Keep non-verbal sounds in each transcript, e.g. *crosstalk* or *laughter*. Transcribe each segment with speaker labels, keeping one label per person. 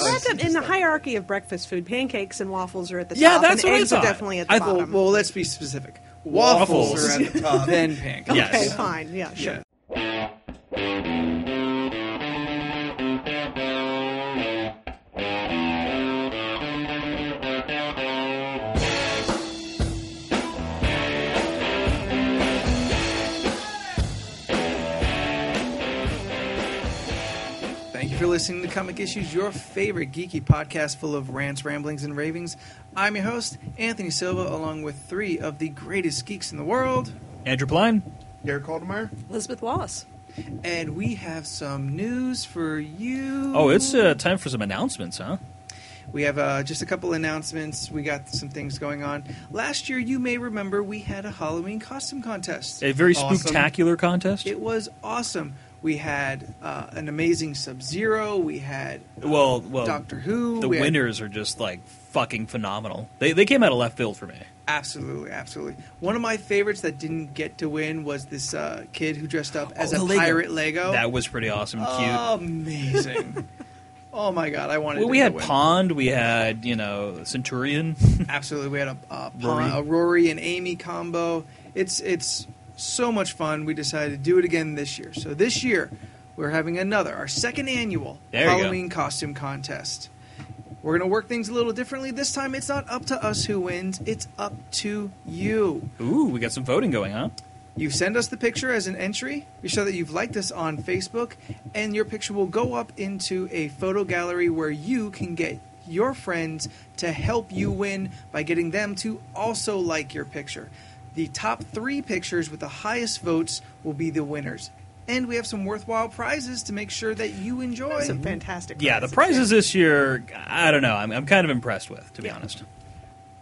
Speaker 1: that in the hierarchy of breakfast food, pancakes and waffles are at the
Speaker 2: Yeah,
Speaker 1: top.
Speaker 2: that's
Speaker 1: and
Speaker 2: what I
Speaker 1: eggs are
Speaker 2: thought.
Speaker 1: definitely at the
Speaker 2: I
Speaker 1: bottom.
Speaker 2: thought,
Speaker 3: Well, let's be specific.
Speaker 2: Waffles.
Speaker 3: Waffles, are *laughs* at the top.
Speaker 2: then pancakes.
Speaker 1: okay,
Speaker 2: Yes.
Speaker 1: fine. Yeah, sure.
Speaker 3: Yeah. Thank you for listening to Comic Issues, your favorite geeky podcast full of rants, ramblings, and ravings. I'm your host, Anthony Silva, along with three of the greatest geeks in the world.
Speaker 4: Andrew Pline.
Speaker 5: Derek Haldemeyer?
Speaker 1: Elizabeth Wallace.
Speaker 3: And we have some news for you.
Speaker 4: Oh, it's uh, time for some announcements, huh?
Speaker 3: We have uh, just a couple announcements. We got some things going on. Last year, you may remember, we had a Halloween costume contest.
Speaker 4: A very
Speaker 5: Awesome.
Speaker 4: spectacular contest.
Speaker 3: It was awesome. We had uh, an amazing Sub Zero. We had uh,
Speaker 4: well, well,
Speaker 3: Doctor Who.
Speaker 4: The
Speaker 3: we had-
Speaker 4: winners are just like fucking phenomenal. They they came out of left field for me.
Speaker 3: absolutely, absolutely. One of my favorites that didn't get to win was this uh, kid who dressed up as
Speaker 4: Oh, the
Speaker 3: a
Speaker 4: Lego.
Speaker 3: pirate Lego. Oh,
Speaker 4: That was pretty awesome, and cute. *laughs*
Speaker 3: amazing. oh my god, I wanted.
Speaker 4: well,
Speaker 3: him
Speaker 4: we
Speaker 3: to
Speaker 4: had
Speaker 3: win.
Speaker 4: Pond. We had you know Centurion.
Speaker 3: Absolutely, we had a a, Pon-
Speaker 4: Rory.
Speaker 3: a Rory and Amy combo. It's it's so much fun. We decided to do it again this year. So this year, we're having another, our second annual
Speaker 4: There you go.
Speaker 3: Halloween costume contest. We're gonna work things a little differently this time. It's not up to us who wins. It's up to you.
Speaker 4: Ooh, we got some voting going, huh?
Speaker 3: You send us the picture as an entry. You show that you've liked us on Facebook, and your picture will go up into a photo gallery where you can get your friends to help you win by getting them to also like your picture. The top three pictures with the highest votes will be the winners. And we have some worthwhile prizes to make sure that you enjoy.
Speaker 1: Some fantastic.
Speaker 4: Yeah, the prizes this year. I don't know. I'm, I'm kind of impressed with, to be honest.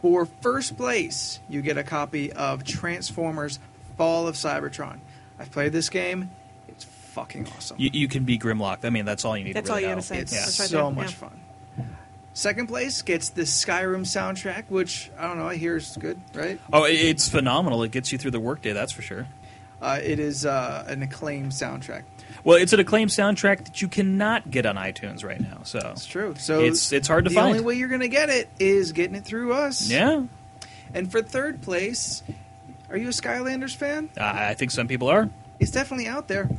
Speaker 3: For first place, you get a copy of Transformers Fall of Cybertron. I've played this game, it's fucking awesome.
Speaker 4: You, you can be Grimlock. I mean, that's all you need.
Speaker 1: That's
Speaker 4: to really
Speaker 1: all you
Speaker 4: know.
Speaker 1: gotta say.
Speaker 3: It's
Speaker 4: Yeah.
Speaker 1: That's right
Speaker 3: so
Speaker 1: there,
Speaker 3: much
Speaker 1: yeah.
Speaker 3: fun. Second place gets the Skyrim soundtrack, which I don't know. I hear is good, right?
Speaker 4: Oh, it- it's phenomenal. It gets you through the workday, that's for sure.
Speaker 3: Uh, it is uh, an acclaimed soundtrack.
Speaker 4: Well, it's an acclaimed soundtrack that you cannot get on iTunes right now. So
Speaker 3: It's true. So
Speaker 4: It's- it's hard to
Speaker 3: the
Speaker 4: find.
Speaker 3: only way you're going to get it is getting it through us.
Speaker 4: yeah,
Speaker 3: And for third place, are you a Skylanders fan?
Speaker 4: I I think some people are.
Speaker 3: It's definitely out there.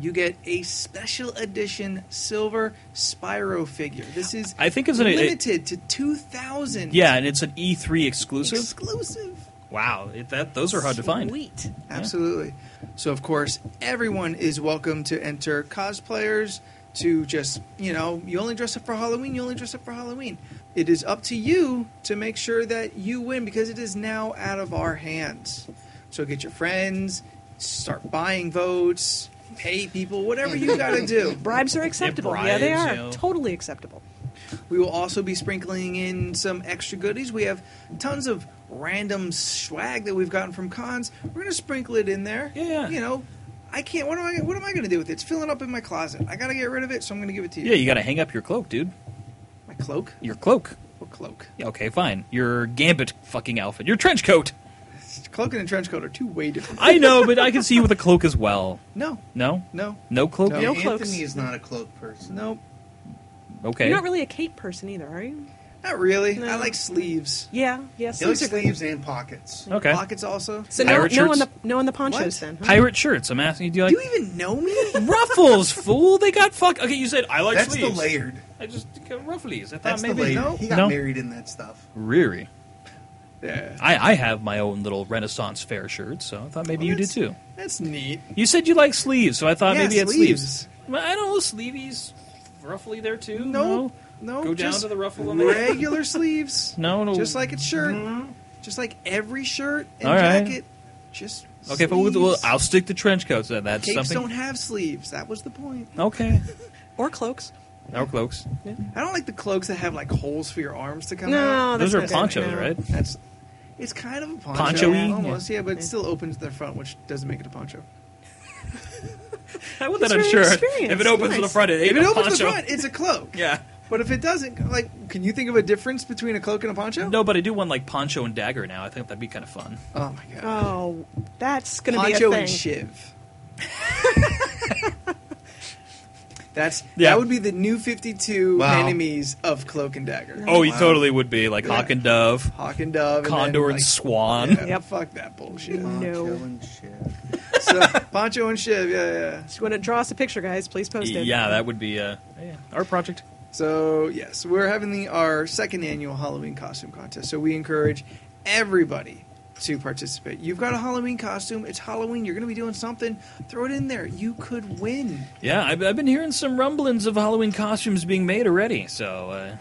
Speaker 3: You get a special edition silver Spyro figure. This is
Speaker 4: I think it's an-
Speaker 3: limited to two thousand.
Speaker 4: Yeah, and it's an E3 exclusive.
Speaker 3: exclusive.
Speaker 4: wow, it, that those are hard to find.
Speaker 1: Sweet.
Speaker 3: Absolutely. So, of course, everyone is welcome to enter cosplayers to just, you know, you only dress up for Halloween, you only dress up for Halloween. It is up to you to make sure that you win because it is now out of our hands. So, get your friends, start buying votes, pay people, whatever you got
Speaker 1: *laughs*
Speaker 3: to do.
Speaker 1: Bribes are acceptable. yeah, they
Speaker 4: bribes,
Speaker 1: are
Speaker 4: yeah.
Speaker 1: totally acceptable.
Speaker 3: We will also be sprinkling in some extra goodies. We have tons of random swag that we've gotten from cons. We're gonna sprinkle it in there.
Speaker 4: Yeah.
Speaker 3: You know, I can't. What am I? What am I gonna do with it? It's filling up in my closet. I gotta get rid of it, so I'm gonna give it to you.
Speaker 4: Yeah, you got to hang up your cloak, dude.
Speaker 3: my cloak.
Speaker 4: Your cloak.
Speaker 3: What cloak?
Speaker 4: Yeah, okay, fine. Your gambit fucking outfit. Your trench coat.
Speaker 3: Cloak and a trench coat are two way different.
Speaker 4: I know, but I can see you with a cloak as well.
Speaker 3: no,
Speaker 4: No,
Speaker 3: no,
Speaker 4: no cloak.
Speaker 3: No.
Speaker 1: No
Speaker 5: Anthony
Speaker 1: cloaks.
Speaker 5: is not a cloak person.
Speaker 3: no,
Speaker 4: Okay.
Speaker 1: You're not really a cake person either, are you?
Speaker 3: not really.
Speaker 1: No.
Speaker 3: I like sleeves,
Speaker 1: Yeah. Yes.
Speaker 5: He likes sleeves and pockets.
Speaker 4: okay.
Speaker 3: pockets also.
Speaker 1: So no,
Speaker 4: Pirate
Speaker 1: no on the
Speaker 4: shirts?
Speaker 1: no on the ponchos
Speaker 3: What?
Speaker 1: then. Huh?
Speaker 4: Pirate shirts. I'm asking you. Do you like
Speaker 3: Do you even know
Speaker 4: *laughs*
Speaker 3: me?
Speaker 4: ruffles, fool? They got fuck. Okay, you said I like
Speaker 5: That's
Speaker 4: sleeves.
Speaker 5: the layered.
Speaker 1: Uh,
Speaker 4: I just got ruffles. I thought
Speaker 5: That's
Speaker 4: maybe
Speaker 5: the layered.
Speaker 3: no.
Speaker 5: He got
Speaker 4: No.
Speaker 5: married in that stuff.
Speaker 4: Really?
Speaker 3: yeah.
Speaker 4: I, I have my own little Renaissance fair shirt, so I thought maybe you did too.
Speaker 3: That's neat.
Speaker 4: You said you like sleeves, so I thought
Speaker 3: Yeah,
Speaker 4: maybe you had
Speaker 3: sleeves.
Speaker 4: sleeves. Well, I don't know, sleevies roughly there too.
Speaker 3: No, no.
Speaker 4: Go down
Speaker 3: just
Speaker 4: to the ruffle on the- *laughs*
Speaker 3: Regular sleeves.
Speaker 4: No, no.
Speaker 3: Just like its shirt. Just like every shirt
Speaker 4: Mm-hmm.
Speaker 3: and
Speaker 4: All right.
Speaker 3: jacket. Just
Speaker 4: Okay, but we'll, well,
Speaker 3: sleeves.
Speaker 4: I'll stick to trench coats. Then. That's
Speaker 3: Capes
Speaker 4: something.
Speaker 3: don't have sleeves. That was the point.
Speaker 4: okay.
Speaker 1: Or cloaks.
Speaker 4: No cloaks.
Speaker 3: I don't like the cloaks that have like holes for your arms to come
Speaker 1: No,
Speaker 3: out.
Speaker 1: Oh, that's
Speaker 4: Those are
Speaker 1: not good.
Speaker 4: ponchos,
Speaker 1: No.
Speaker 4: right?
Speaker 3: That's it's kind of a poncho,
Speaker 4: Poncho-y?
Speaker 3: almost, yeah, but
Speaker 1: Yeah.
Speaker 3: it still opens to the front, which doesn't make it a poncho.
Speaker 4: I want
Speaker 1: It's
Speaker 4: that. I'm
Speaker 1: very
Speaker 4: sure.
Speaker 1: experienced.
Speaker 4: If it opens to the
Speaker 1: Nice.
Speaker 4: front, it ain't
Speaker 3: if it
Speaker 4: a
Speaker 3: opens to
Speaker 4: poncho.
Speaker 3: the front, it's a cloak.
Speaker 4: yeah.
Speaker 3: But if it doesn't, like, can you think of a difference between a cloak and a poncho?
Speaker 4: No, but I do want like poncho and dagger now. I think that'd be kind of fun.
Speaker 3: Oh my god.
Speaker 1: Oh, *laughs* that's gonna
Speaker 3: Poncho
Speaker 1: be a thing.
Speaker 3: and Shiv. That's
Speaker 4: Yeah.
Speaker 3: that would be the new Fifty Two
Speaker 5: Wow.
Speaker 3: enemies of Cloak and Dagger.
Speaker 4: Oh, you
Speaker 5: Wow.
Speaker 4: totally would be like
Speaker 3: Yeah.
Speaker 4: Hawk and Dove,
Speaker 3: Hawk and Dove,
Speaker 4: Condor and,
Speaker 3: and, then,
Speaker 4: Swan.
Speaker 3: like, yeah,
Speaker 1: Yep.
Speaker 3: Fuck that bullshit.
Speaker 1: Mm. No.
Speaker 5: Poncho and shit.
Speaker 3: so *laughs* Poncho and Shiv, yeah, yeah.
Speaker 1: If you want to draw us a picture, guys, please post it.
Speaker 4: Yeah, that would be uh, yeah, our project.
Speaker 3: So yes, we're having the, our second annual Halloween costume contest. So we encourage everybody to participate. You've got a Halloween costume. It's Halloween. You're going to be doing something. Throw it in there. You could win
Speaker 4: Yeah, I've, I've been hearing some rumblings of Halloween costumes being made already. So uh,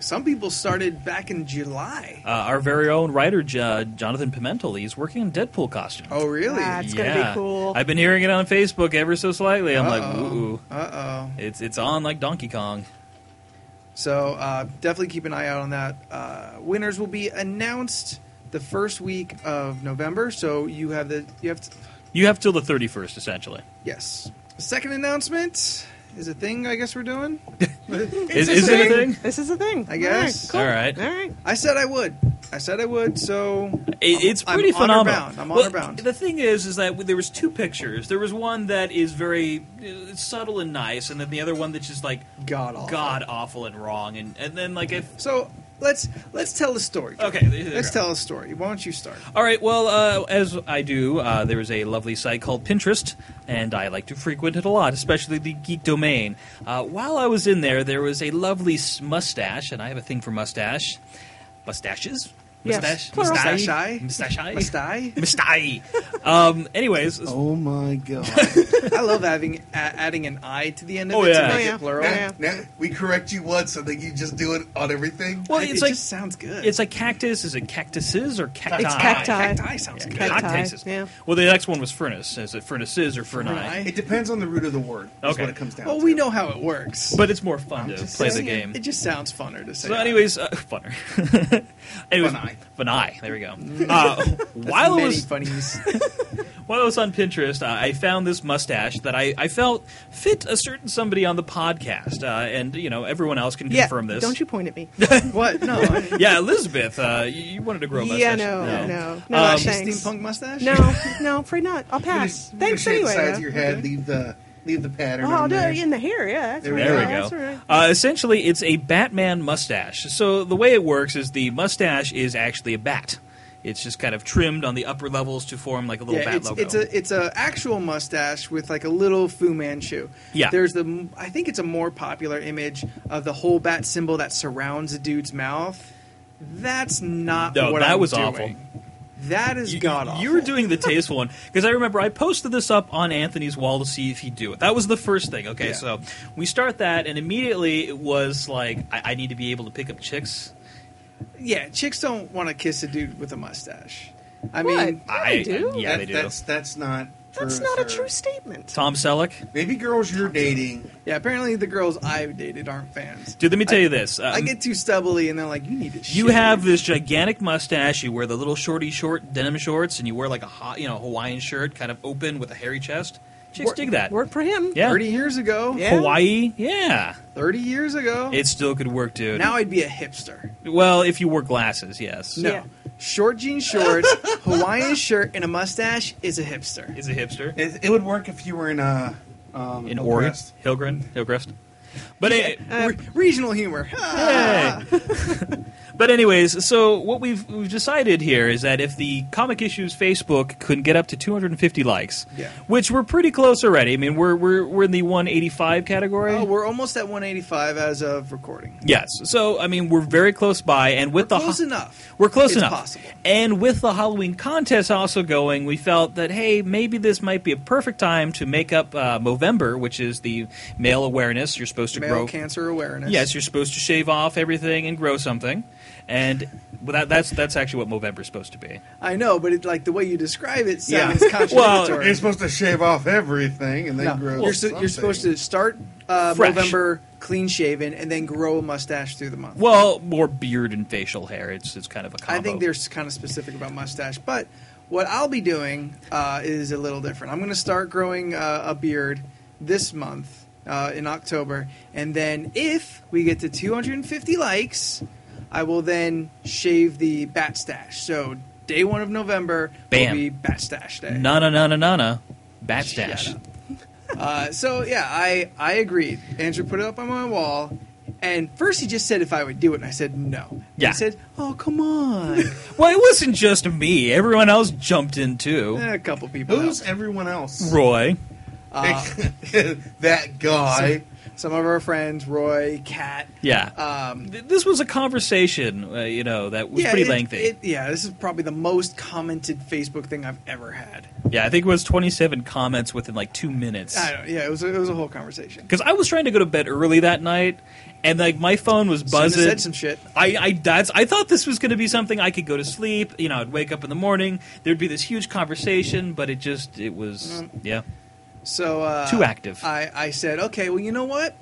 Speaker 3: Some people started back in July.
Speaker 4: uh, our very own writer, J- Jonathan Pimentel, he's working on Deadpool costume.
Speaker 3: Oh, really?
Speaker 1: Ah, it's gonna be
Speaker 4: yeah.
Speaker 1: cool.
Speaker 4: I've been hearing it on Facebook ever so slightly. I'm like,
Speaker 3: Uh-oh.
Speaker 4: ooh,
Speaker 3: Uh oh.
Speaker 4: it's it's on like Donkey Kong.
Speaker 3: So uh, definitely keep an eye out on that. Uh, winners will be announced the first week of November. So you have the you have to,
Speaker 4: You have till the 31st, essentially.
Speaker 3: yes. Second announcement is a thing. I guess
Speaker 1: *laughs*
Speaker 3: we're doing.
Speaker 4: Is,
Speaker 1: This
Speaker 4: is it a thing?
Speaker 1: This is a thing.
Speaker 3: I guess.
Speaker 1: All right.
Speaker 4: Alright.
Speaker 1: cool. All right.
Speaker 3: I said I would. I said I would. So
Speaker 4: It, it's
Speaker 3: I'm
Speaker 4: pretty
Speaker 3: honor
Speaker 4: phenomenal.
Speaker 3: bound. I'm
Speaker 4: well,
Speaker 3: honor bound.
Speaker 4: The thing is, is that there was two pictures. There was one that is very uh, subtle and nice, and then the other one that's just like
Speaker 3: god awful.
Speaker 4: god awful and wrong. And and then like if
Speaker 3: So let's let's tell a story. Drew.
Speaker 4: okay, there you
Speaker 3: Let's
Speaker 4: go.
Speaker 3: tell a story. Why don't you start?
Speaker 4: All right. Well, uh, as I do, uh, there is a lovely site called Pinterest, and I like to frequent it a lot, especially the geek domain. Uh, while I was in there, there was a lovely s- mustache, and I have a thing for mustache, mustaches,
Speaker 1: Yes,
Speaker 4: mustache,
Speaker 1: plural.
Speaker 4: mustache, mustache, *laughs*
Speaker 3: Mustai.
Speaker 4: mustache. Um. Anyways,
Speaker 5: Oh my god.
Speaker 4: *laughs*
Speaker 3: I love having a- adding an I to the end of
Speaker 4: Oh,
Speaker 3: it
Speaker 4: yeah.
Speaker 3: to
Speaker 1: Oh,
Speaker 3: make
Speaker 1: yeah.
Speaker 3: it plural.
Speaker 1: Oh, yeah.
Speaker 5: now, now, we correct you once, and then you just do it on everything.
Speaker 4: well,
Speaker 3: it,
Speaker 4: it's
Speaker 3: it
Speaker 4: like
Speaker 3: just sounds good.
Speaker 4: It's like cactus. Is it cactuses or cacti?
Speaker 1: It's cacti.
Speaker 3: cacti sounds
Speaker 4: Yeah,
Speaker 3: good.
Speaker 1: Cacti.
Speaker 4: cactuses.
Speaker 1: yeah.
Speaker 4: Well, the next one was furnace. Is it furnaces or furni?
Speaker 3: Furni.
Speaker 5: It depends on the root of the word. Is
Speaker 4: Okay.
Speaker 5: what it comes down
Speaker 3: Well,
Speaker 5: to.
Speaker 3: we know how it works.
Speaker 4: But it's more fun to
Speaker 3: Just
Speaker 4: play the
Speaker 3: saying,
Speaker 4: game.
Speaker 3: It just sounds funner to say.
Speaker 4: So,
Speaker 3: that.
Speaker 4: anyways, uh, funner. *laughs* anyways,
Speaker 5: Funai.
Speaker 4: Funai, There we go.
Speaker 1: Mm. *laughs*
Speaker 4: Uh, while it
Speaker 3: Many
Speaker 4: was
Speaker 3: *laughs* funnies.
Speaker 4: while I was on Pinterest, uh, I found this mustache that I, I felt fit a certain somebody on the podcast, uh, and you know everyone else can
Speaker 1: Yeah.
Speaker 4: confirm this.
Speaker 1: Don't you point at me?
Speaker 3: what? No, I-
Speaker 4: *laughs* Yeah, Elizabeth, uh, you, you wanted to grow a mustache.
Speaker 1: yeah. No. No. No. no
Speaker 4: Um,
Speaker 1: thanks.
Speaker 3: steampunk mustache.
Speaker 1: No. No. Afraid not. I'll
Speaker 5: You're gonna-
Speaker 1: pass.
Speaker 5: you're gonna
Speaker 1: Thanks
Speaker 5: shave
Speaker 1: anyway.
Speaker 5: The sides
Speaker 1: though.
Speaker 5: of your head. Leave the leave the pattern.
Speaker 1: Oh,
Speaker 5: on
Speaker 1: I'll do
Speaker 5: there.
Speaker 1: it in the hair. Yeah. That's
Speaker 5: There we
Speaker 1: right.
Speaker 4: There we
Speaker 1: Yeah,
Speaker 4: go.
Speaker 1: That's right.
Speaker 4: Uh, essentially, it's a Batman mustache. So the way it works is the mustache is actually a bat. It's just kind of trimmed on the upper levels to form like a little
Speaker 3: Yeah,
Speaker 4: bat
Speaker 3: it's,
Speaker 4: logo.
Speaker 3: it's a it's a actual mustache with like a little Fu Manchu.
Speaker 4: Yeah.
Speaker 3: there's the I think it's a more popular image of the whole bat symbol that surrounds a dude's mouth. That's not
Speaker 4: No,
Speaker 3: what
Speaker 4: that
Speaker 3: I'm
Speaker 4: was
Speaker 3: doing.
Speaker 4: awful.
Speaker 3: That is
Speaker 4: You-
Speaker 3: god awful.
Speaker 4: You were doing the tasteful one because I remember I posted this up on Anthony's wall to see if he'd do it. That was the first thing. Okay,
Speaker 3: Yeah.
Speaker 4: so we start that, and immediately it was like, I, I need to be able to pick up chicks.
Speaker 3: yeah. Chicks don't want to kiss a dude with a mustache. I
Speaker 1: What?
Speaker 3: mean,
Speaker 1: Yeah, they do.
Speaker 4: yeah,
Speaker 5: That-
Speaker 4: they do.
Speaker 5: That's that's not.
Speaker 1: That's
Speaker 5: true,
Speaker 1: not a
Speaker 5: sir.
Speaker 1: true statement.
Speaker 4: Tom Selleck.
Speaker 5: Maybe girls you're dating.
Speaker 3: yeah. Apparently, the girls I've dated aren't fans.
Speaker 4: Dude, let me tell
Speaker 3: I-
Speaker 4: you this. Um,
Speaker 3: I get too stubbly, and they're like, "You need to."
Speaker 4: You
Speaker 3: shave."
Speaker 4: have this gigantic mustache. You wear the little shorty short denim shorts, and you wear like a hot, you know, Hawaiian shirt, kind of open with a hairy chest. Chicks
Speaker 1: Work-
Speaker 4: dig that.
Speaker 1: Work for him.
Speaker 4: Yeah.
Speaker 3: thirty years ago.
Speaker 1: Yeah.
Speaker 4: Hawaii, yeah,
Speaker 3: thirty years ago.
Speaker 4: it still could work, dude.
Speaker 3: now I'd be a hipster.
Speaker 4: well, if you wore glasses, yes.
Speaker 3: No.
Speaker 1: Yeah.
Speaker 3: Short jean
Speaker 5: *laughs*
Speaker 3: shorts, Hawaiian shirt, and a mustache is a hipster.
Speaker 4: is a hipster
Speaker 5: It, it would work if you were in a um,
Speaker 4: in
Speaker 5: Hillcrest.
Speaker 4: Oregon, Hillgren, Hillcrest. But a-
Speaker 3: Re- regional humor. Ah.
Speaker 4: Hey. *laughs* but anyways, so what we've we've decided here is that if the comic issues Facebook could get up to 250 likes,
Speaker 3: Yeah.
Speaker 4: which we're pretty close already. I mean, we're we're we're in the 185 category.
Speaker 3: Oh, we're almost at 185 as of recording.
Speaker 4: yes. So I mean, we're very close by, and with the
Speaker 3: We're
Speaker 4: ho-
Speaker 3: close enough.
Speaker 4: We're close
Speaker 3: It's
Speaker 4: enough.
Speaker 3: possible.
Speaker 4: And with the Halloween contest also going, we felt that hey, maybe this might be a perfect time to make up uh, Movember, which is the male awareness you're supposed to
Speaker 3: Male
Speaker 4: grow.
Speaker 3: cancer awareness.
Speaker 4: Yes, you're supposed to shave off everything and grow something, and well, that, that's that's actually what Movember's supposed to be.
Speaker 3: I know, but it, like the way you describe it
Speaker 5: Yeah.
Speaker 3: sounds
Speaker 4: *laughs*
Speaker 3: contradictory.
Speaker 5: You're supposed to shave off everything and then
Speaker 3: No,
Speaker 5: grow.
Speaker 3: you're, su- you're
Speaker 5: something.
Speaker 3: supposed to start uh,
Speaker 4: Fresh.
Speaker 3: November clean shaven and then grow a mustache through the month.
Speaker 4: Well, more beard and facial hair. It's it's kind of a combo.
Speaker 3: I think they're kind of specific about mustache, but what I'll be doing uh, is a little different. I'm going to start growing uh, a beard this month uh, in October, and then if we get to 250 likes, I will then shave the bat stash. So day one of November
Speaker 4: Bam.
Speaker 3: will be bat stash day.
Speaker 4: na na na na na na bat
Speaker 3: Shut
Speaker 4: stash.
Speaker 3: up. Uh, so yeah, I I agreed. Andrew put it up on my wall, and first he just said if I would do it, and I said no.
Speaker 4: Yeah.
Speaker 3: He said, "Oh
Speaker 4: *laughs*
Speaker 3: come on,"
Speaker 4: Well, it wasn't just me. Everyone else jumped in too.
Speaker 3: Eh, a couple people.
Speaker 5: Who's everyone else?
Speaker 4: Roy.
Speaker 3: Uh,
Speaker 5: *laughs* that guy.
Speaker 3: some of our friends, Roy, Kat.
Speaker 4: Yeah.
Speaker 3: Um,
Speaker 4: Th- this was a conversation, uh, you know, that was
Speaker 3: yeah,
Speaker 4: pretty
Speaker 3: it-
Speaker 4: lengthy.
Speaker 3: it- yeah, this is probably the most commented Facebook thing I've ever had.
Speaker 4: yeah, I think it was 27 comments within like two minutes.
Speaker 3: I don't, yeah, it was a, it was a whole conversation.
Speaker 4: Because I was trying to go to bed early that night, and like my phone was
Speaker 3: Someone
Speaker 4: buzzing.
Speaker 3: said some shit.
Speaker 4: I, I that's I thought this was going to be something I could go to sleep. You know, I'd wake up in the morning. There'd be this huge conversation, but it just it was yeah.
Speaker 3: So uh,
Speaker 4: Too active.
Speaker 3: I, I said, okay, well, you know what?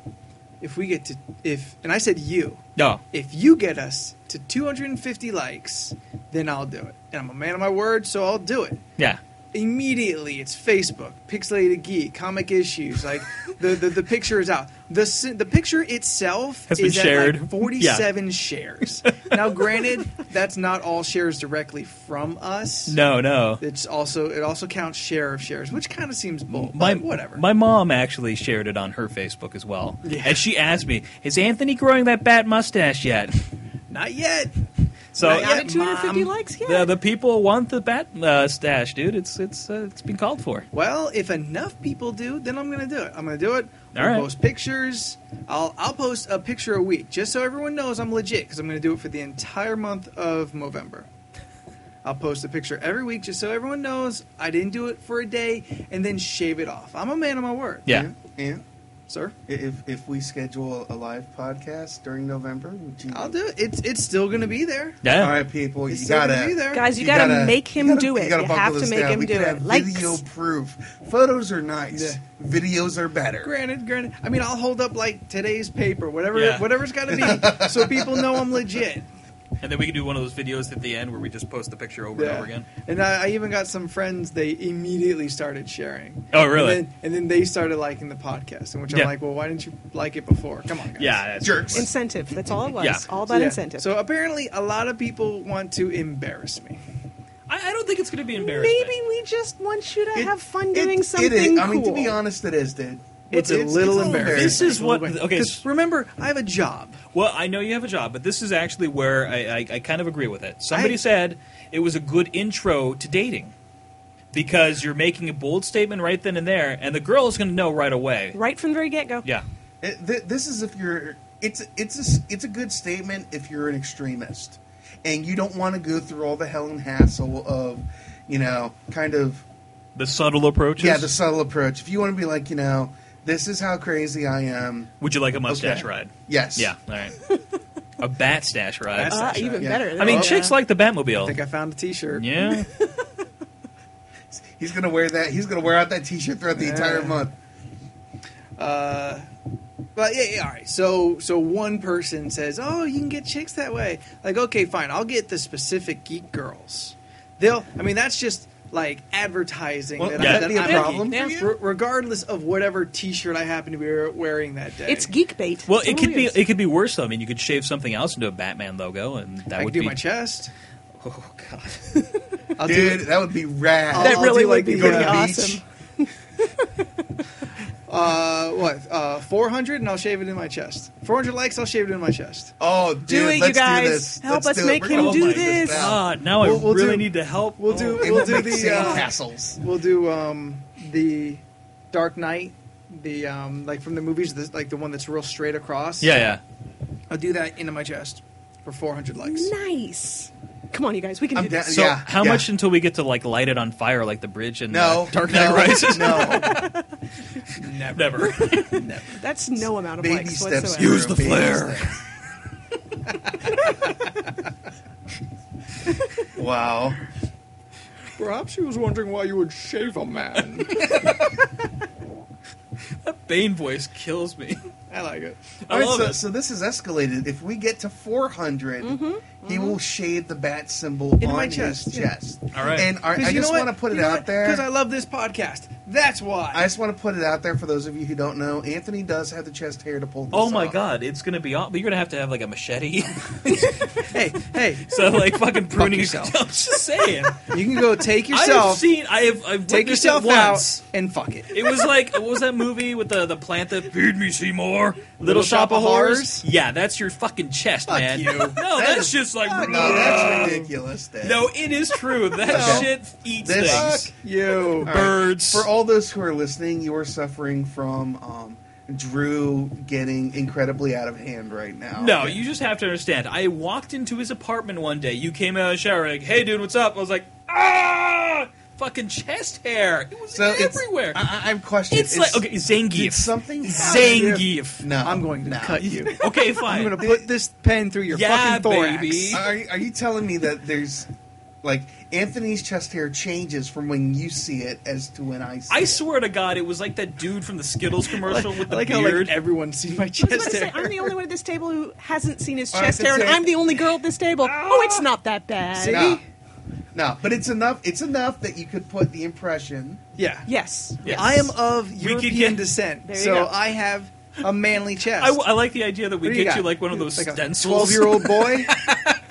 Speaker 3: If we get to if, and I said you,
Speaker 4: No,
Speaker 3: if you get us to 250 likes, then I'll do it. And I'm a man of my word, so I'll do it.
Speaker 4: yeah,
Speaker 3: Immediately, it's Facebook, Pixelated Geek, Comic Issues. Like the, the, the picture is out. The s- the picture itself
Speaker 4: Has been
Speaker 3: is At
Speaker 4: *laughs* shared.
Speaker 3: like 47 shares. Now, granted, that's not all shares directly from us.
Speaker 4: no, no.
Speaker 3: It's also it also counts share of shares, which kind of seems bold.
Speaker 4: My
Speaker 3: but whatever.
Speaker 4: My mom actually shared it on her Facebook as well,
Speaker 3: Yeah.
Speaker 4: and she asked me, "Is Anthony growing that bat mustache yet?"
Speaker 3: Not yet.
Speaker 4: So
Speaker 3: Not
Speaker 1: Got
Speaker 3: yet,
Speaker 1: it 250
Speaker 3: Oh, Mom.
Speaker 1: likes. Yeah.
Speaker 4: the, the people want the bat mustache, dude. It's it's uh, it's been called for.
Speaker 3: Well, if enough people do, then I'm gonna do it. I'm gonna do it.
Speaker 4: All
Speaker 3: I'll
Speaker 4: right.
Speaker 3: post pictures. I'll I'll post a picture a week just so everyone knows I'm legit because I'm gonna do it for the entire month of November. I'll post a picture every week just so everyone knows I didn't do it for a day and then shave it off. I'm a man of my word.
Speaker 4: Yeah.
Speaker 5: And
Speaker 3: sir.
Speaker 5: if if we schedule a live podcast during November, would you?
Speaker 3: I'll do it. It's it's still gonna be there.
Speaker 4: Yeah.
Speaker 5: All right, people,
Speaker 3: It's
Speaker 5: Oh, you
Speaker 3: still
Speaker 5: gotta
Speaker 3: gonna be there.
Speaker 1: Guys, you, gotta, make him
Speaker 5: you gotta-
Speaker 1: do it. You,
Speaker 5: gotta buckle
Speaker 1: have to
Speaker 5: this
Speaker 1: make
Speaker 5: down.
Speaker 1: him
Speaker 5: We
Speaker 1: do
Speaker 5: can
Speaker 1: it.
Speaker 5: have
Speaker 1: Like
Speaker 5: video proof. Photos are nice. Videos are better.
Speaker 3: Granted, granted. I mean, I'll hold up like today's paper, whatever,
Speaker 4: Yeah.
Speaker 3: whatever's got to
Speaker 4: *laughs*
Speaker 3: be, so people know I'm legit.
Speaker 4: And then we can do one of those videos at the end where we just post the picture over and over again.
Speaker 3: And I, I even got some friends. They immediately started sharing.
Speaker 4: Oh, really?
Speaker 3: And then, and then they started liking the podcast, in which I'm
Speaker 4: Yeah.
Speaker 3: like, well, why didn't you like it before? Come on, guys.
Speaker 4: Yeah, that's
Speaker 5: Jerks.
Speaker 1: incentive. That's all it was.
Speaker 4: Yeah.
Speaker 1: All
Speaker 3: So,
Speaker 1: about
Speaker 3: yeah.
Speaker 1: incentive.
Speaker 3: So apparently, a lot of people want to embarrass me.
Speaker 4: I, I don't think it's going to be embarrassing.
Speaker 1: Maybe we just want you to
Speaker 5: It-
Speaker 1: have fun
Speaker 5: it-
Speaker 1: doing
Speaker 5: it is-
Speaker 1: something cool.
Speaker 5: I mean, to be honest, it is, dude.
Speaker 3: It's, a little embarrassing.
Speaker 4: This is what-
Speaker 3: Because
Speaker 4: okay, s-
Speaker 3: remember, I have a job.
Speaker 4: Well, I know you have a job, but this is actually where I, I, I kind of agree with it. Somebody
Speaker 3: I-
Speaker 4: said it was a good intro to dating because you're making a bold statement right then and there, and the girl is going to know right away.
Speaker 1: right from the very get go.
Speaker 4: Yeah.
Speaker 5: It- th- this is if you're. It's it's a, s- it's a good statement if you're an extremist, and you don't want to go through all the hell and hassle of, you know, kind of
Speaker 4: The subtle approaches.
Speaker 5: yeah the subtle approach. If you want to be like you know, this is how crazy I am.
Speaker 4: Would you like a mustache
Speaker 5: Okay.
Speaker 4: ride?
Speaker 5: Yes.
Speaker 4: Yeah. All *laughs* right. a bat stash ride.
Speaker 3: That's
Speaker 1: Uh,
Speaker 3: actually-
Speaker 1: even
Speaker 5: yeah.
Speaker 1: better.
Speaker 4: I mean,
Speaker 1: Yeah.
Speaker 4: chicks like the
Speaker 3: I think
Speaker 4: Batmobile.
Speaker 3: I found a T-shirt.
Speaker 4: yeah.
Speaker 5: He's gonna wear that. He's gonna wear out that T-shirt throughout the entire
Speaker 3: Yeah.
Speaker 5: month.
Speaker 3: Uh, but yeah, yeah, all right. So so one person says, "Oh, you can get chicks that way." Like, okay, fine. I'll get the specific geek girls. They'll. I mean, that's just like advertising.
Speaker 5: Well,
Speaker 3: that
Speaker 5: would
Speaker 4: Yeah.
Speaker 3: I,
Speaker 5: that be
Speaker 3: I'm
Speaker 5: a
Speaker 3: geek.
Speaker 5: problem
Speaker 1: Yeah.
Speaker 5: for you?
Speaker 3: Re- regardless of whatever T-shirt I happen to be wear- wearing that day.
Speaker 1: it's geek bait.
Speaker 4: Well,
Speaker 1: That's
Speaker 4: it
Speaker 1: all
Speaker 4: could be
Speaker 1: is.
Speaker 4: it could be worse though. I mean, you could shave something else into a Batman logo, and that
Speaker 3: I
Speaker 4: would
Speaker 3: can do
Speaker 4: be
Speaker 3: *laughs* my chest.
Speaker 4: oh god.
Speaker 3: I'll
Speaker 5: Dude,
Speaker 3: do.
Speaker 5: that would be rad.
Speaker 1: that
Speaker 3: I'll
Speaker 1: really
Speaker 3: do,
Speaker 1: would
Speaker 3: like,
Speaker 1: be
Speaker 3: go to
Speaker 1: pretty
Speaker 3: the
Speaker 5: beach.
Speaker 1: awesome.
Speaker 3: Uh, what? Uh, four hundred, and I'll shave it in my chest. Four hundred likes, I'll shave it in my chest.
Speaker 5: Oh, dude,
Speaker 1: Do it, you
Speaker 5: let's
Speaker 1: guys.
Speaker 5: Do this.
Speaker 1: Help
Speaker 5: Let's
Speaker 1: us
Speaker 5: do it.
Speaker 1: make
Speaker 5: We're
Speaker 1: him
Speaker 5: gonna
Speaker 4: do
Speaker 5: make
Speaker 1: this.
Speaker 5: down.
Speaker 4: God, now
Speaker 3: We'll- we'll
Speaker 4: I really
Speaker 3: do-
Speaker 4: need to help.
Speaker 3: we'll do-
Speaker 4: Oh.
Speaker 5: And
Speaker 3: We'll do
Speaker 5: make
Speaker 3: the,
Speaker 5: sand
Speaker 3: uh,
Speaker 5: castles.
Speaker 3: We'll do um, the Dark Knight, the um, like from the movies, the, like the one that's real straight across.
Speaker 4: Yeah, yeah.
Speaker 3: I'll do that into my chest for 400 likes.
Speaker 1: Nice. Come on, you guys. We can
Speaker 5: I'm
Speaker 1: do
Speaker 5: down-
Speaker 1: this.
Speaker 4: So
Speaker 5: Yeah,
Speaker 4: how
Speaker 5: yeah.
Speaker 4: much until we get to like light it on fire like the bridge and
Speaker 5: No,
Speaker 4: Dark Knight
Speaker 5: no,
Speaker 4: Rises?
Speaker 5: No,
Speaker 4: *laughs* Never.
Speaker 1: That's no amount of
Speaker 5: baby
Speaker 1: likes whatsoever.
Speaker 5: steps. through,
Speaker 4: Use the
Speaker 5: baby
Speaker 4: flare.
Speaker 5: steps. *laughs* wow.
Speaker 3: Perhaps she was wondering why you would shave a *laughs* man.
Speaker 4: that Bane voice kills me.
Speaker 3: I like it.
Speaker 4: I
Speaker 5: All right,
Speaker 4: love
Speaker 5: so,
Speaker 4: it.
Speaker 5: so this is escalated. If we get to 400, he will shave the bat symbol
Speaker 3: In
Speaker 5: on
Speaker 3: my
Speaker 5: his
Speaker 3: chest, yeah.
Speaker 5: chest.
Speaker 4: All right.
Speaker 5: And I, I just want to put it out there.
Speaker 3: Because I love this podcast. That's why.
Speaker 5: I just want to put it out there for those of you who don't know. Anthony does have the chest hair to pull. This
Speaker 4: Oh my
Speaker 5: off.
Speaker 4: god, it's gonna be off. But you're gonna have to have like a machete.
Speaker 3: *laughs*
Speaker 4: *laughs*
Speaker 3: hey, hey,
Speaker 4: so like fucking pruning.
Speaker 3: yourself.
Speaker 4: *laughs* I'm just saying.
Speaker 3: you can go
Speaker 4: *laughs*
Speaker 3: take
Speaker 4: I have
Speaker 3: yourself,
Speaker 4: seen. I have. I've
Speaker 3: take
Speaker 4: witnessed
Speaker 3: yourself
Speaker 4: it once.
Speaker 3: out, and fuck it.
Speaker 4: It was like what was that movie with the the plant that feed me Seymour, Little,
Speaker 3: Shop of Horrors?
Speaker 4: Yeah, that's your fucking chest,
Speaker 5: Fuck
Speaker 4: man.
Speaker 5: you.
Speaker 4: *laughs* No, that's
Speaker 5: is-
Speaker 4: just like *laughs*
Speaker 5: No, that's ridiculous. Then.
Speaker 4: no. It is true. That
Speaker 5: No.
Speaker 4: shit eats
Speaker 5: This-
Speaker 4: things.
Speaker 3: Fuck you.
Speaker 5: All right.
Speaker 4: Birds.
Speaker 5: For all those who are listening, you are suffering from um, Drew getting incredibly out of hand right
Speaker 3: Oh,
Speaker 5: now.
Speaker 4: No, you just have to understand. I walked into his apartment one day. You came out of the shower like, "Hey, dude, what's up?" I was like, "Ah, fucking chest hair! It was
Speaker 5: So it's-
Speaker 4: everywhere."
Speaker 5: I, I- I'm questioning.
Speaker 4: it's, like okay,
Speaker 5: did
Speaker 4: Zangief.
Speaker 5: something
Speaker 3: *laughs*
Speaker 5: happen?
Speaker 4: Zangief.
Speaker 5: No,
Speaker 3: I'm going to
Speaker 5: no.
Speaker 4: *laughs*
Speaker 3: cut you.
Speaker 4: Okay,
Speaker 3: I'm
Speaker 4: fine.
Speaker 3: going to put this pen through your
Speaker 4: Yeah,
Speaker 3: fucking thorax.
Speaker 4: baby.
Speaker 5: Are, are you telling me that there's like Anthony's chest hair changes from when you see it as to when I see
Speaker 4: I
Speaker 5: it?
Speaker 4: swear to God, it was like that dude from the Skittles commercial with the
Speaker 3: I *laughs* like how
Speaker 4: beard.
Speaker 3: like everyone's seen my
Speaker 1: I was
Speaker 3: chest
Speaker 1: about to say,
Speaker 3: hair.
Speaker 1: I'm the only one at this table who hasn't seen his
Speaker 5: All right,
Speaker 1: chest hair, and
Speaker 5: that's it.
Speaker 1: I'm the only girl at this table. Oh, it's not that bad.
Speaker 3: Ah. See?
Speaker 5: No. No, but it's enough. It's enough that you could put the impression.
Speaker 3: yeah.
Speaker 1: Yes.
Speaker 4: Yes.
Speaker 3: I am of
Speaker 4: We could
Speaker 3: European
Speaker 4: get-
Speaker 3: descent,
Speaker 1: There you
Speaker 3: so
Speaker 1: go.
Speaker 3: I have a manly chest.
Speaker 4: I, I like the idea that we
Speaker 3: What do
Speaker 4: get
Speaker 3: got?
Speaker 4: you like one of those
Speaker 3: like
Speaker 4: stencils.
Speaker 3: Twelve-year-old boy.
Speaker 4: *laughs*